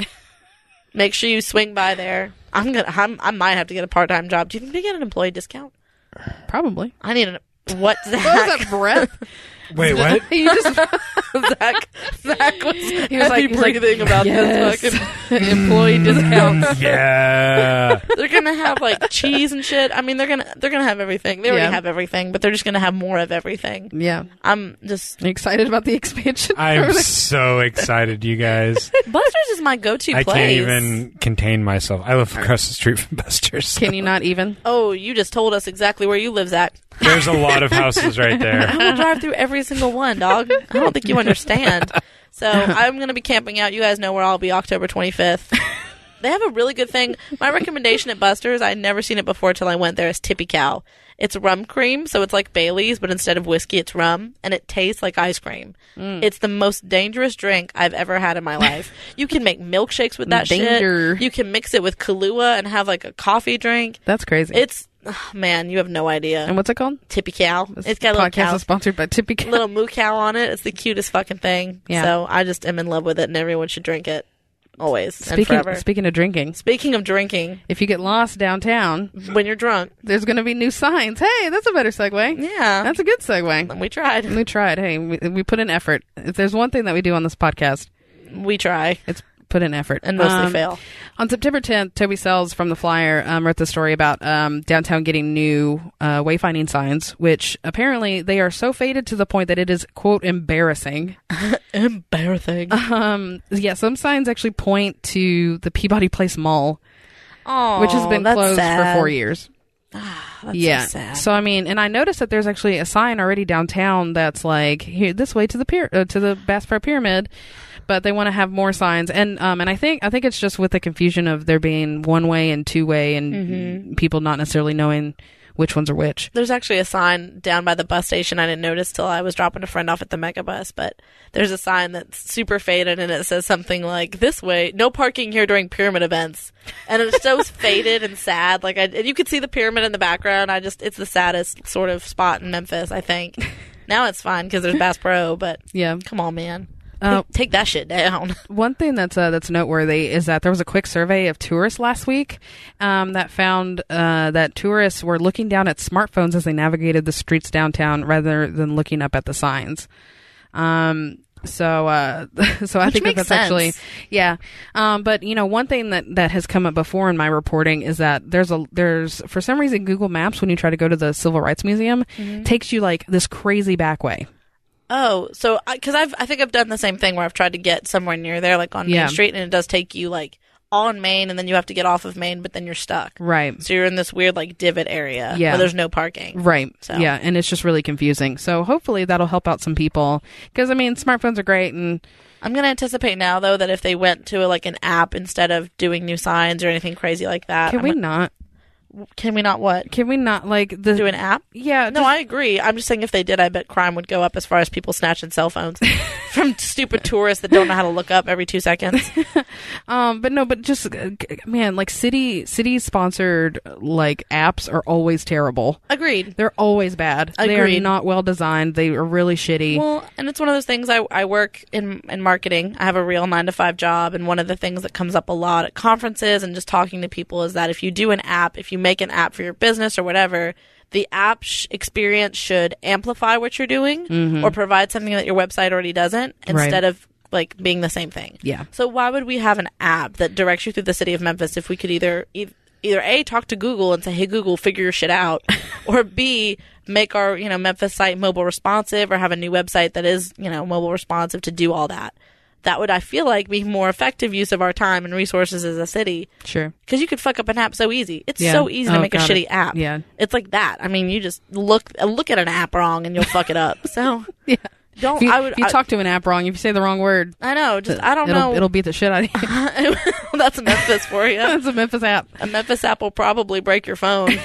Speaker 3: make sure you swing by there. I'm gonna. I'm, I might have to get a part time job. Do you think they get an employee discount?
Speaker 2: Probably.
Speaker 3: I need an. What
Speaker 2: What
Speaker 3: Zach?
Speaker 2: was that breath?
Speaker 4: Wait, what?
Speaker 2: you just
Speaker 3: Zach, Zach was, he
Speaker 2: was like-
Speaker 3: was like,
Speaker 2: he was like,
Speaker 3: breathing about
Speaker 2: "Yes."
Speaker 3: this fucking employee discount.
Speaker 4: yeah.
Speaker 3: they're gonna have like cheese and shit. I mean, they're gonna they're gonna have everything. They already
Speaker 2: Yeah.
Speaker 3: have everything, but they're just gonna have more of everything.
Speaker 2: yeah.
Speaker 3: I'm just
Speaker 2: You excited about the expansion?
Speaker 4: I'm so excited, you guys.
Speaker 3: Buster's is my go-to
Speaker 4: I
Speaker 3: place.
Speaker 4: can't even contain myself. I live across the street from Buster's.
Speaker 2: Can you not even?
Speaker 3: Oh, you just told us exactly where you live, Zach.
Speaker 4: There's a lot of houses right there.
Speaker 3: I will drive through every single one, dog. I don't think you understand. So I'm going to be camping out. You guys know where I'll be October 25th. They have a really good thing. My recommendation at Buster's, I'd never seen it before till I went there, is Tippy Cow. It's rum cream, so it's like Bailey's, but instead of whiskey, it's rum, and it tastes like ice cream.
Speaker 2: Mm.
Speaker 3: It's the most dangerous drink I've ever had in my life. you can make milkshakes with that
Speaker 2: Danger.
Speaker 3: shit. You can mix it with Kahlua and have like a coffee drink.
Speaker 2: That's crazy.
Speaker 3: It's oh, man, you have no
Speaker 2: and
Speaker 3: idea.
Speaker 2: what's it called?
Speaker 3: Tippy cow.
Speaker 2: This
Speaker 3: It's got a little
Speaker 2: podcast
Speaker 3: cow,
Speaker 2: is sponsored by Tippy Cow.
Speaker 3: little moo cow on it. It's the cutest fucking thing.
Speaker 2: Yeah.
Speaker 3: So I just am in love with it, and everyone should drink it always and
Speaker 2: speaking
Speaker 3: forever.
Speaker 2: speaking of drinking,
Speaker 3: Speaking of drinking,
Speaker 2: if you get lost downtown,
Speaker 3: when you're drunk,
Speaker 2: there's going to be new signs. Hey, that's a better segue.
Speaker 3: Yeah.
Speaker 2: that's a good segue.
Speaker 3: and we tried,
Speaker 2: We tried. Hey, we, we put in effort. If there's one thing that we do on this podcast,
Speaker 3: we try.
Speaker 2: it's put in effort Um,
Speaker 3: And mostly fail.
Speaker 2: On September 10th, Toby Sells from the Flyer um, wrote the story about um, downtown getting new uh, wayfinding signs, which apparently they are so faded to the point that it is quote embarrassing.
Speaker 3: Embarrassing.
Speaker 2: Um, yeah, some signs actually point to the Peabody Place Mall,
Speaker 3: Oh,
Speaker 2: which has been
Speaker 3: that's
Speaker 2: closed
Speaker 3: sad. Ah,
Speaker 2: for four years. yeah.
Speaker 3: so sad.
Speaker 2: I mean, and I noticed that there's actually a sign already downtown that's like here this way to the pier- uh, to the Bass Pro Pyramid, but they want to have more signs. And um and I think I think it's just with the confusion of there being one way and two way and
Speaker 3: Mm-hmm.
Speaker 2: people not necessarily knowing which ones are which.
Speaker 3: There's actually a sign down by the bus station I didn't notice till I was dropping a friend off at the mega bus, but there's a sign that's super faded and it says something like this way, no parking here during pyramid events. And it's so faded and sad. Like I, and you could see the pyramid in the background. I just it's the saddest sort of spot in Memphis, I think. Now it's fine because there's Bass Pro, but
Speaker 2: Yeah.
Speaker 3: come on, man.
Speaker 2: Uh,
Speaker 3: take, take that shit down.
Speaker 2: One thing that's uh, that's noteworthy is that there was a quick survey of tourists last week um, that found uh, that tourists were looking down at smartphones as they navigated the streets downtown rather than looking up at the signs. Um, so uh, so I think
Speaker 3: Which
Speaker 2: that
Speaker 3: makes
Speaker 2: that's actually
Speaker 3: sense.
Speaker 2: yeah. Um, but you know, one thing that that has come up before in my reporting is that there's a there's for some reason Google Maps when you try to go to the Civil Rights Museum
Speaker 3: Mm-hmm.
Speaker 2: takes you like this crazy back way.
Speaker 3: Oh, so because I've I think I've done the same thing where I've tried to get somewhere near there, like on
Speaker 2: Yeah.
Speaker 3: Main Street, and it does take you like on Main, and then you have to get off of Main, but then you're stuck.
Speaker 2: Right.
Speaker 3: So you're in this weird like divot area
Speaker 2: Yeah.
Speaker 3: where there's no parking.
Speaker 2: Right.
Speaker 3: So-
Speaker 2: Yeah, and it's just really confusing. So hopefully that'll help out some people because I mean smartphones are great and
Speaker 3: I'm gonna anticipate now though that if they went to like an app instead of doing new signs or anything crazy like that,
Speaker 2: can
Speaker 3: Uh, I'm
Speaker 2: we
Speaker 3: gonna-
Speaker 2: not?
Speaker 3: can we not what
Speaker 2: Can we not like the
Speaker 3: do an app?
Speaker 2: yeah
Speaker 3: No,
Speaker 2: just-
Speaker 3: I agree. I'm just saying if they did, I bet crime would go up as far as people snatching cell phones from stupid tourists that don't know how to look up every two seconds.
Speaker 2: um but no but just uh, g- man like city city sponsored like apps are always terrible.
Speaker 3: Agreed.
Speaker 2: They're always bad. They are
Speaker 3: Agreed.
Speaker 2: not well designed. They are really shitty.
Speaker 3: Well, and it's one of those things. I, I work in in marketing. I have a real nine to five job, and one of the things that comes up a lot at conferences and just talking to people is that if you do an app, if you make an app for your business or whatever, the app sh- experience should amplify what you're doing or provide something that your website already doesn't, instead of like being the same thing.
Speaker 2: Yeah.
Speaker 3: So why would we have an app that directs you through the city of Memphis if we could either e- either a talk to Google and say, "Hey Google, figure your shit out," or b make our you know Memphis site mobile responsive or have a new website that is you know mobile responsive to do all that. That would I feel like be more effective use of our time and resources as a city
Speaker 2: Sure.
Speaker 3: because you could fuck up an app so easy. It's
Speaker 2: Yeah.
Speaker 3: so easy to
Speaker 2: Oh,
Speaker 3: make a
Speaker 2: got
Speaker 3: shitty
Speaker 2: it.
Speaker 3: app.
Speaker 2: Yeah.
Speaker 3: it's like that. I mean, you just look look at an app wrong and you'll fuck it up. So
Speaker 2: Yeah.
Speaker 3: don't.
Speaker 2: If you,
Speaker 3: I would.
Speaker 2: if you
Speaker 3: I-
Speaker 2: talk to an app wrong, if you say the wrong word,
Speaker 3: I know. Just I don't
Speaker 2: it'll,
Speaker 3: know.
Speaker 2: It'll beat the shit out of you.
Speaker 3: That's Memphis for you.
Speaker 2: That's a Memphis app.
Speaker 3: A Memphis app will probably break your phone,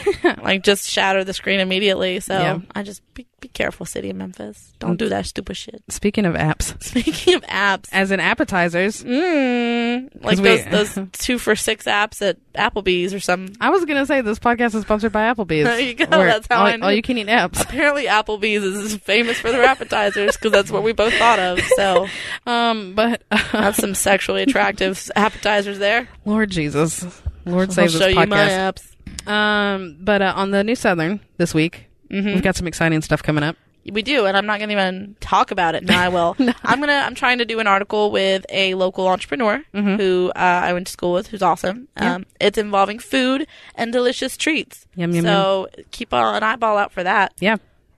Speaker 3: like just shatter the screen immediately. So
Speaker 2: Yeah. Mm.
Speaker 3: I just be, be careful, city of Memphis. Don't do that stupid shit.
Speaker 2: Speaking of apps,
Speaker 3: Speaking of apps,
Speaker 2: as in appetizers,
Speaker 3: mm, like
Speaker 2: 'Cause we-
Speaker 3: those those two for six apps at Applebee's or some.
Speaker 2: I was gonna say this podcast is sponsored by Applebee's.
Speaker 3: There you go.
Speaker 2: where
Speaker 3: That's how
Speaker 2: all,
Speaker 3: I knew.
Speaker 2: all you can eat apps.
Speaker 3: Apparently, Applebee's is famous for their appetizers because that's what we both thought of. So
Speaker 2: Um, but
Speaker 3: have some sexually attractive appetizers there.
Speaker 2: Lord Jesus, Lord
Speaker 3: I'll
Speaker 2: save
Speaker 3: show
Speaker 2: this
Speaker 3: you my
Speaker 2: podcast.
Speaker 3: apps.
Speaker 2: Um, but uh, on the New Southern this week,
Speaker 3: Mm-hmm. Hmm?
Speaker 2: we've got some exciting stuff coming up.
Speaker 3: We do, and I'm not going to even talk about it. No, I will. I'm gonna. I'm trying to do an article with a local entrepreneur
Speaker 2: Mm-hmm.
Speaker 3: who uh, I went to school with, who's awesome. Um, it's involving food and delicious treats.
Speaker 2: Yum, yum,
Speaker 3: so keep a- an eyeball out for that.
Speaker 2: Yeah,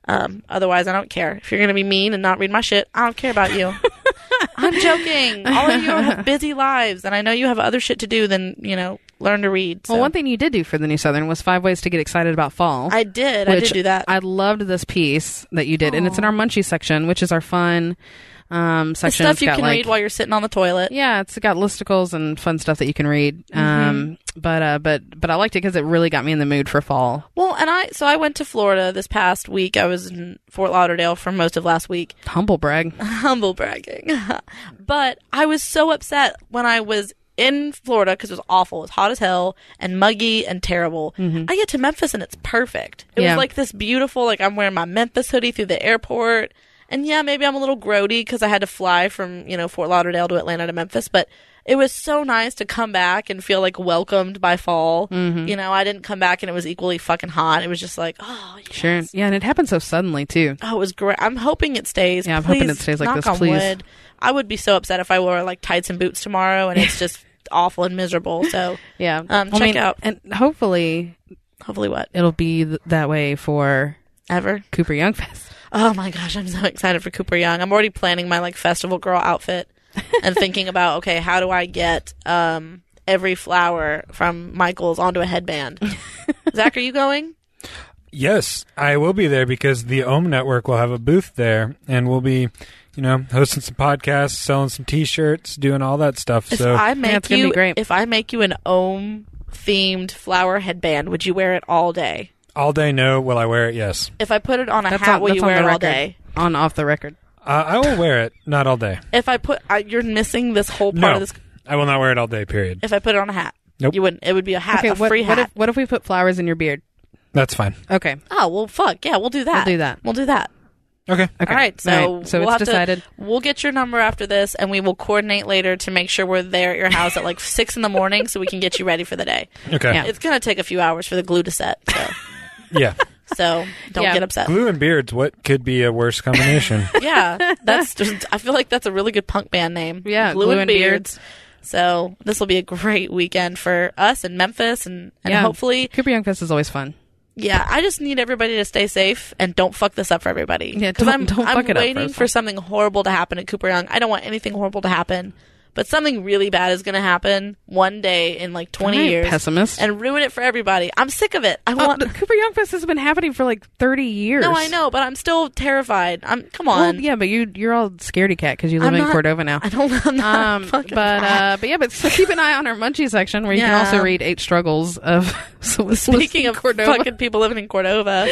Speaker 3: Um, otherwise, I don't care. If you're going to be mean and not read my shit, I don't care about you. I'm joking. All of you have busy lives, and I know you have other shit to do than you know learn to read. So.
Speaker 2: Well, one thing you did do for the New Southern was five ways to get excited about fall.
Speaker 3: I did. I did
Speaker 2: which
Speaker 3: do that.
Speaker 2: I loved this piece that you did, and it's in our Munchie section, which is our fun um,
Speaker 3: the
Speaker 2: section.
Speaker 3: stuff
Speaker 2: It's
Speaker 3: you
Speaker 2: got,
Speaker 3: can
Speaker 2: like-
Speaker 3: read while you're sitting on the toilet.
Speaker 2: yeah, it's got listicles and fun stuff that you can read.
Speaker 3: Mm-hmm.
Speaker 2: Um, but uh, but but I liked it because it really got me in the mood for fall.
Speaker 3: Well, and I so I went to Florida this past week. I was in Fort Lauderdale for most of last week.
Speaker 2: Humble brag.
Speaker 3: Humble bragging. but I was so upset when I was in Florida because it was awful. It was hot as hell and muggy and terrible. I get to Memphis and it's perfect. It
Speaker 2: Mm-hmm. Yeah.
Speaker 3: was like this beautiful, like I'm wearing my Memphis hoodie through the airport. And yeah, maybe I'm a little grody because I had to fly from, you know, Fort Lauderdale to Atlanta to Memphis, but it was so nice to come back and feel like welcomed by fall.
Speaker 2: Mm-hmm.
Speaker 3: You know, I didn't come back and it was equally fucking hot. It was just like, oh, yes.
Speaker 2: Sure. Yeah, and it happened so suddenly too.
Speaker 3: Oh, it was great. I'm hoping it stays.
Speaker 2: Yeah, I'm hoping
Speaker 3: Please,
Speaker 2: it stays like
Speaker 3: knock
Speaker 2: this,
Speaker 3: on
Speaker 2: please.
Speaker 3: wood. I would be so upset if I wore like tights and boots tomorrow and it's just awful and miserable. So
Speaker 2: Yeah.
Speaker 3: Um,
Speaker 2: I
Speaker 3: check
Speaker 2: mean,
Speaker 3: out-
Speaker 2: and hopefully
Speaker 3: hopefully, what
Speaker 2: it'll be th- that way for
Speaker 3: ever.
Speaker 2: Cooper Young Fest.
Speaker 3: Oh my gosh, I'm so excited for Cooper Young. I'm already planning my like festival girl outfit and thinking about okay, how do I get um every flower from Michael's onto a headband? Zach, are you going?
Speaker 4: Yes, I will be there because the Ohm Network will have a booth there, and we'll be, you know, hosting some podcasts, selling some T-shirts, doing all that stuff.
Speaker 3: If
Speaker 4: So
Speaker 3: I make
Speaker 2: it's gonna be
Speaker 3: you,
Speaker 2: great.
Speaker 3: if I make you an ohm themed flower headband, would you wear it all day?
Speaker 4: all day, no. Will I wear it? Yes,
Speaker 3: If I put it on a
Speaker 2: That's
Speaker 3: hat,
Speaker 2: on,
Speaker 3: will
Speaker 2: that's
Speaker 3: you
Speaker 2: on
Speaker 3: wear
Speaker 2: the
Speaker 3: it all
Speaker 2: record.
Speaker 3: day?
Speaker 2: On off the record.
Speaker 4: uh, I will wear it. Not all day.
Speaker 3: If I put, I, you're missing this whole part
Speaker 4: No,
Speaker 3: of this.
Speaker 4: I will not wear it all day. Period.
Speaker 3: If I put it on a hat,
Speaker 4: Nope.
Speaker 3: you wouldn't. It would be a hat,
Speaker 2: Okay,
Speaker 3: a
Speaker 2: what,
Speaker 3: free
Speaker 2: what
Speaker 3: hat.
Speaker 2: if what if we put flowers in your beard?
Speaker 4: That's fine.
Speaker 2: Okay.
Speaker 3: oh well, fuck yeah, we'll do that.
Speaker 2: We'll do that.
Speaker 3: We'll do that.
Speaker 4: Okay.
Speaker 2: Okay.
Speaker 3: All right, so we'll
Speaker 2: it's
Speaker 3: have
Speaker 2: decided.
Speaker 3: To, we'll get your number after this, and we will coordinate later to make sure we're there at your house at like six in the morning, so we can get you ready for the day.
Speaker 4: Okay.
Speaker 2: Yeah.
Speaker 4: Yeah.
Speaker 3: It's gonna take a few hours for the glue to set, so, so don't
Speaker 2: Yeah.
Speaker 3: get upset.
Speaker 4: Glue and beards. What could be a worse combination?
Speaker 3: Yeah, that's. Just, I feel like that's a really good punk band name.
Speaker 2: Yeah,
Speaker 3: glue, and beards. So this will be a great weekend for us in Memphis, and, and
Speaker 2: Yeah.
Speaker 3: hopefully
Speaker 2: Cooper Young Fest is always fun.
Speaker 3: Yeah, I just need everybody to stay safe and don't fuck this up for everybody.
Speaker 2: Yeah,
Speaker 3: 'Cause
Speaker 2: don't-
Speaker 3: I'm,
Speaker 2: don't
Speaker 3: I'm
Speaker 2: fuck it up for
Speaker 3: waiting
Speaker 2: us.
Speaker 3: for something horrible to happen at Cooper Young. I don't want anything horrible to happen, but something really bad is going to happen one day in like 20
Speaker 2: All right,
Speaker 3: years
Speaker 2: pessimist.
Speaker 3: and ruin it for everybody. I'm sick of it. I
Speaker 2: Oh,
Speaker 3: want.
Speaker 2: the Cooper Young Fest has been happening for like thirty years.
Speaker 3: no, I know, but I'm still terrified. I'm. Come
Speaker 2: Well,
Speaker 3: on.
Speaker 2: yeah, but you you're all scaredy cat because you live
Speaker 3: I'm
Speaker 2: in
Speaker 3: not-
Speaker 2: Cordova now.
Speaker 3: I don't. I'm not
Speaker 2: Um, but
Speaker 3: fucking bad.
Speaker 2: uh, but yeah, but so keep an eye on our Munchie section where you can
Speaker 3: Yeah.
Speaker 2: also read eight struggles of
Speaker 3: Speaking of
Speaker 2: Cordova.
Speaker 3: fucking people living in Cordova,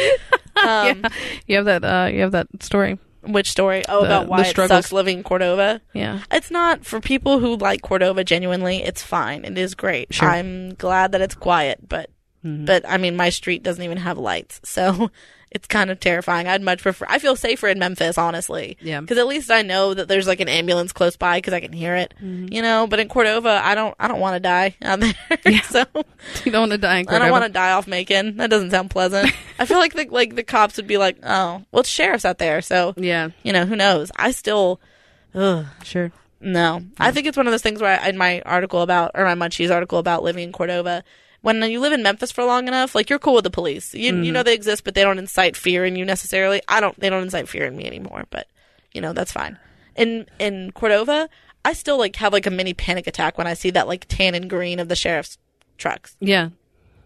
Speaker 3: um,
Speaker 2: you have that uh, you have that story.
Speaker 3: which story? Oh,
Speaker 2: The-
Speaker 3: about
Speaker 2: the
Speaker 3: why it
Speaker 2: struggles.
Speaker 3: sucks living in Cordova.
Speaker 2: Yeah,
Speaker 3: It's not for people who like Cordova genuinely. It's fine. It is great.
Speaker 2: Sure. Mm-hmm.
Speaker 3: I'm glad that it's quiet, but but I mean my street doesn't even have lights. So it's kind of terrifying. I'd much prefer I feel safer in Memphis, honestly.
Speaker 2: Yeah.
Speaker 3: Cuz at least I know that there's like an ambulance close by cuz I can hear it.
Speaker 2: Mm-hmm.
Speaker 3: You know, but in Cordova, I don't I don't want to die out there. so
Speaker 2: you don't want to die. In
Speaker 3: I
Speaker 2: Cordova.
Speaker 3: don't want to die off Macon. That doesn't sound pleasant. I feel like the like the cops would be like, "Oh, well, it's sheriff's out there." So
Speaker 2: Yeah,
Speaker 3: you know, who knows? I still ugh,
Speaker 2: sure.
Speaker 3: No, I think it's one of those things where I, in my article about or my munchies article about living in Cordova, when you live in Memphis for long enough, like you're cool with the police. You
Speaker 2: Mm-hmm.
Speaker 3: you know they exist, but they don't incite fear in you necessarily. I don't. They don't incite fear in me anymore. But you know that's fine. In in Cordova, I still like have like a mini panic attack when I see that like tan and green of the sheriff's trucks.
Speaker 2: Yeah.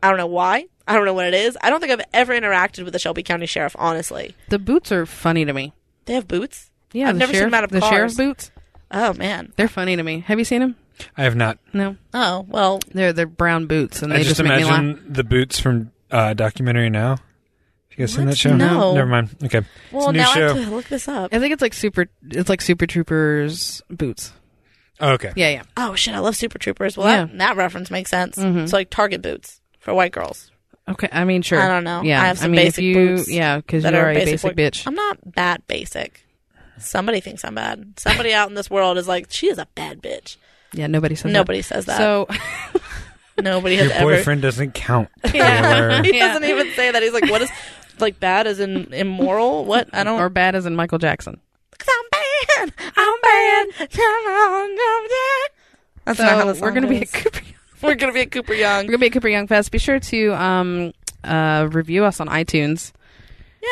Speaker 3: I don't know why. I don't know what it is. I don't think I've ever interacted with the Shelby County Sheriff. Honestly,
Speaker 2: The boots are funny to me.
Speaker 3: they have boots.
Speaker 2: Yeah,
Speaker 3: I've
Speaker 2: the
Speaker 3: never seen
Speaker 2: sheriff-
Speaker 3: them out of
Speaker 2: the
Speaker 3: cars.
Speaker 2: sheriff boots.
Speaker 3: Oh man.
Speaker 2: They're funny to me. Have you seen them?
Speaker 4: I have not.
Speaker 2: No,
Speaker 3: Oh well.
Speaker 2: they're they're brown boots, and they
Speaker 4: I
Speaker 2: just,
Speaker 4: just,
Speaker 2: make me laugh.
Speaker 4: imagine the boots from uh, documentary now. Have you guys seen that show?
Speaker 3: No.
Speaker 4: Never mind. Okay. it's
Speaker 3: Well,
Speaker 4: a new
Speaker 3: now I
Speaker 4: show.
Speaker 3: have to look this up.
Speaker 2: I think it's like super. It's like Super Troopers boots.
Speaker 4: Oh, okay.
Speaker 2: Yeah, yeah.
Speaker 3: Oh shit, I love Super Troopers. Well,
Speaker 2: Yeah.
Speaker 3: that, that reference makes sense. It's like Target boots for white girls.
Speaker 2: Okay, I mean, sure.
Speaker 3: I don't know.
Speaker 2: Yeah,
Speaker 3: I have some
Speaker 2: mean, if
Speaker 3: basic
Speaker 2: you,
Speaker 3: boots
Speaker 2: Yeah, because
Speaker 3: that
Speaker 2: you're
Speaker 3: are
Speaker 2: a basic,
Speaker 3: white-
Speaker 2: bitch.
Speaker 3: I'm not that basic. Somebody thinks I'm bad. Somebody out in this world is like, she is a bad bitch.
Speaker 2: yeah, nobody says
Speaker 3: Nobody
Speaker 2: that.
Speaker 3: says that.
Speaker 2: So
Speaker 3: Nobody
Speaker 4: Your
Speaker 3: has ever.
Speaker 4: boyfriend doesn't count.
Speaker 2: Yeah.
Speaker 4: Taylor.
Speaker 3: He doesn't even say that. He's like, what is like bad as in immoral? What I don't.
Speaker 2: or bad as in Michael Jackson.
Speaker 3: 'Cause I'm bad. I'm bad. No, no, no, no. That's
Speaker 2: So
Speaker 3: not how the
Speaker 2: we're
Speaker 3: song
Speaker 2: gonna be a
Speaker 3: goes.
Speaker 2: Cooper.
Speaker 3: we're gonna be a Cooper
Speaker 2: We're
Speaker 3: Young.
Speaker 2: gonna be a Cooper Young Fest. Be sure to um uh review us on iTunes.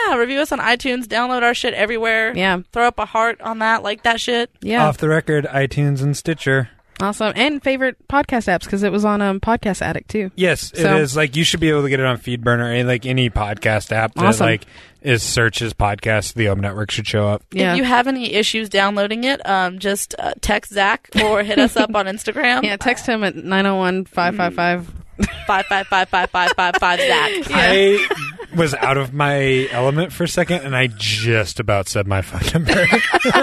Speaker 3: Yeah, review us on iTunes. Download our shit everywhere.
Speaker 2: Yeah.
Speaker 3: throw up a heart on that. Like that shit.
Speaker 2: Yeah,
Speaker 4: Off the record, iTunes and Stitcher.
Speaker 2: awesome. And favorite podcast apps because it was on um Podcast Addict too.
Speaker 4: Yes,
Speaker 2: So-
Speaker 4: it is. Like you should be able to get it on Feedburner or like any podcast app that
Speaker 2: Awesome.
Speaker 4: like is searches podcast. The Ohm Network should show up.
Speaker 2: Yeah.
Speaker 3: If you have any issues downloading it, um, just uh, text Zach or hit us up on Instagram.
Speaker 2: yeah, text him at 901-555.
Speaker 3: five five five five five five five Zach.
Speaker 4: I was out of my element for a second, and I just about said my phone number.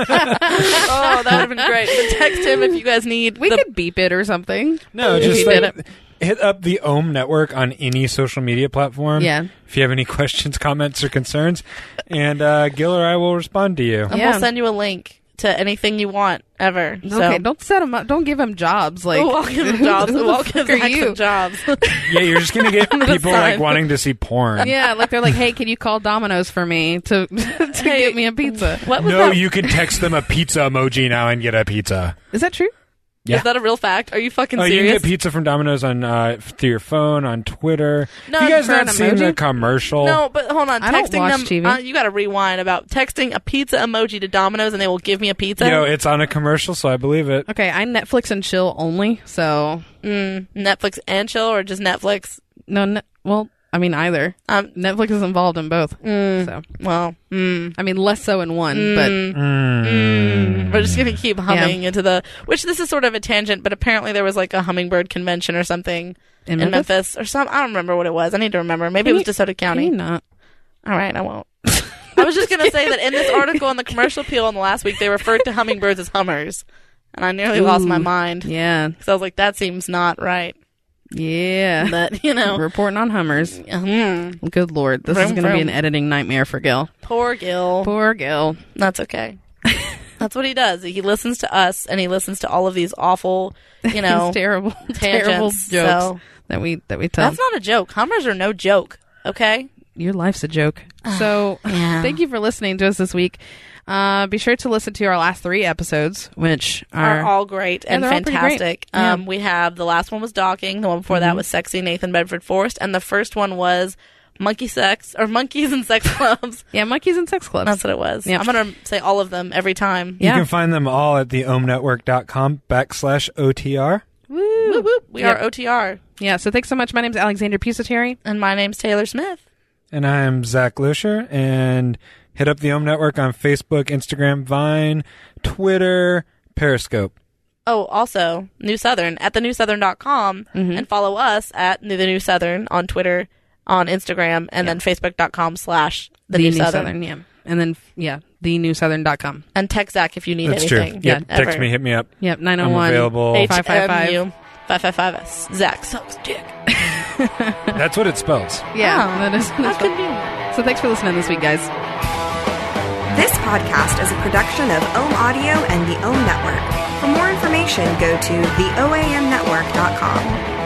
Speaker 3: Oh, that would have been great. But text him if you guys need.
Speaker 2: We
Speaker 3: the-
Speaker 2: could beep it or something.
Speaker 4: no,
Speaker 2: If
Speaker 4: just
Speaker 2: you
Speaker 4: like,
Speaker 2: did it.
Speaker 4: hit up the Ohm Network on any social media platform.
Speaker 2: Yeah.
Speaker 4: If you have any questions, comments, or concerns, and uh, Gil or I will respond to you.
Speaker 3: and
Speaker 2: Yeah.
Speaker 3: we'll send you a link to anything you want ever. So.
Speaker 2: Okay, don't set him up. Don't give him jobs. Like
Speaker 3: welcome
Speaker 2: who-
Speaker 3: jobs.
Speaker 2: who the
Speaker 3: Welcome
Speaker 2: fuck are
Speaker 3: Zach
Speaker 2: you?
Speaker 3: some jobs.
Speaker 4: yeah, you're just gonna get people like
Speaker 3: sign.
Speaker 4: wanting to see porn.
Speaker 2: Yeah, like they're like, hey, can you call Domino's for me to to
Speaker 3: Hey.
Speaker 2: get me a pizza?
Speaker 3: what was
Speaker 4: No,
Speaker 3: that?
Speaker 4: you can text them a pizza emoji now and get a pizza.
Speaker 2: Is that true?
Speaker 4: Yeah.
Speaker 3: Is that a real fact? Are you fucking
Speaker 4: Oh, you can
Speaker 3: serious?
Speaker 4: get pizza from Domino's on uh, f- through your phone on Twitter.
Speaker 3: No,
Speaker 4: you guys
Speaker 2: for an
Speaker 4: not seen
Speaker 2: emoji?
Speaker 4: the commercial?
Speaker 3: no, but hold on.
Speaker 2: I don't
Speaker 3: texting
Speaker 2: watch
Speaker 3: them,
Speaker 2: TV.
Speaker 3: Uh, you got to rewind about texting a pizza emoji to Domino's and they will give me a pizza.
Speaker 4: Yo, it's on a commercial, so I believe it.
Speaker 2: Okay, I Netflix and chill only. So
Speaker 3: Mm, Netflix and chill, or just Netflix.
Speaker 2: no, ne- well, I mean either.
Speaker 3: Um,
Speaker 2: Netflix is involved in both.
Speaker 3: Mm.
Speaker 2: So
Speaker 3: well, mm.
Speaker 2: I mean less so in one, but Mm.
Speaker 3: we're just gonna keep humming into the. Which this is sort of a tangent, but apparently there was like a hummingbird convention or something
Speaker 2: in,
Speaker 3: in
Speaker 2: Memphis,
Speaker 3: Memphis or some. I don't remember what it was. I need to remember. Maybe it was DeSoto
Speaker 2: can you
Speaker 3: County.
Speaker 2: not?
Speaker 3: All right, I won't. I was just gonna say that in this article in the commercial peel on the last week, they referred to hummingbirds as hummers, and I nearly lost my
Speaker 2: Ooh.
Speaker 3: mind because
Speaker 2: Yeah,
Speaker 3: I was like, that seems not right.
Speaker 2: yeah.
Speaker 3: But you know,
Speaker 2: Reporting on Hummers.
Speaker 3: hmm,
Speaker 2: Good lord, this is
Speaker 3: Vroom,
Speaker 2: going to be an
Speaker 3: vroom.
Speaker 2: editing nightmare for Gil.
Speaker 3: poor Gil.
Speaker 2: Poor Gil.
Speaker 3: That's okay. That's what he does. He listens to us and he listens to all of these awful, you know,
Speaker 2: It's terrible, terrible jokes
Speaker 3: Tangents, so-
Speaker 2: that we that we tell.
Speaker 3: That's not a joke. Hummers are no joke. Okay.
Speaker 2: your life's a joke.
Speaker 3: Ah,
Speaker 2: So thank you for listening to us this week. Uh, be sure to listen to our last three episodes, which are,
Speaker 3: Are all great and
Speaker 2: they're all pretty great.
Speaker 3: fantastic.
Speaker 2: Yeah. Mm-hmm.
Speaker 3: Um, we have the last one was docking. The one before that was sexy Nathan Bedford Forrest, and the first one was monkey sex or monkeys and sex clubs.
Speaker 2: yeah, monkeys and sex clubs.
Speaker 3: That's what it was.
Speaker 2: Yep.
Speaker 3: I'm gonna say all of them every time.
Speaker 2: Yeah.
Speaker 4: You can find them all at theomnetwork.com backslash OTR.
Speaker 2: Woo.
Speaker 3: Whoop, whoop. We
Speaker 2: Yep.
Speaker 3: are OTR,
Speaker 2: Yeah. So thanks so much. My name's Alexander Pusateri.
Speaker 3: and my name's Taylor Smith.
Speaker 4: And I'm Zach Lusher. And hit up the Ohm Network on Facebook, Instagram, Vine, Twitter, Periscope.
Speaker 3: Oh, also New Southern at the newsouthern.com and follow us at the New Southern on Twitter, on Instagram, and then facebook.com slash the New Southern.
Speaker 2: Yeah. And then yeah, the new southern.com.
Speaker 3: And text Zach if you need
Speaker 4: That's true.
Speaker 3: anything.
Speaker 4: Yep. Text
Speaker 3: Ever.
Speaker 4: me, hit me up.
Speaker 2: Yep. Nine oh one
Speaker 4: available.
Speaker 2: five five five.
Speaker 3: HMU 555 Zach sucks dick.
Speaker 4: That's what it spells.
Speaker 2: Yeah.
Speaker 3: Oh,
Speaker 2: that is-
Speaker 3: How convenient.
Speaker 2: so thanks for listening this week, guys.
Speaker 6: This podcast is a production of Ohm Audio and the Ohm Network. For more information, go to theoamnetwork.com.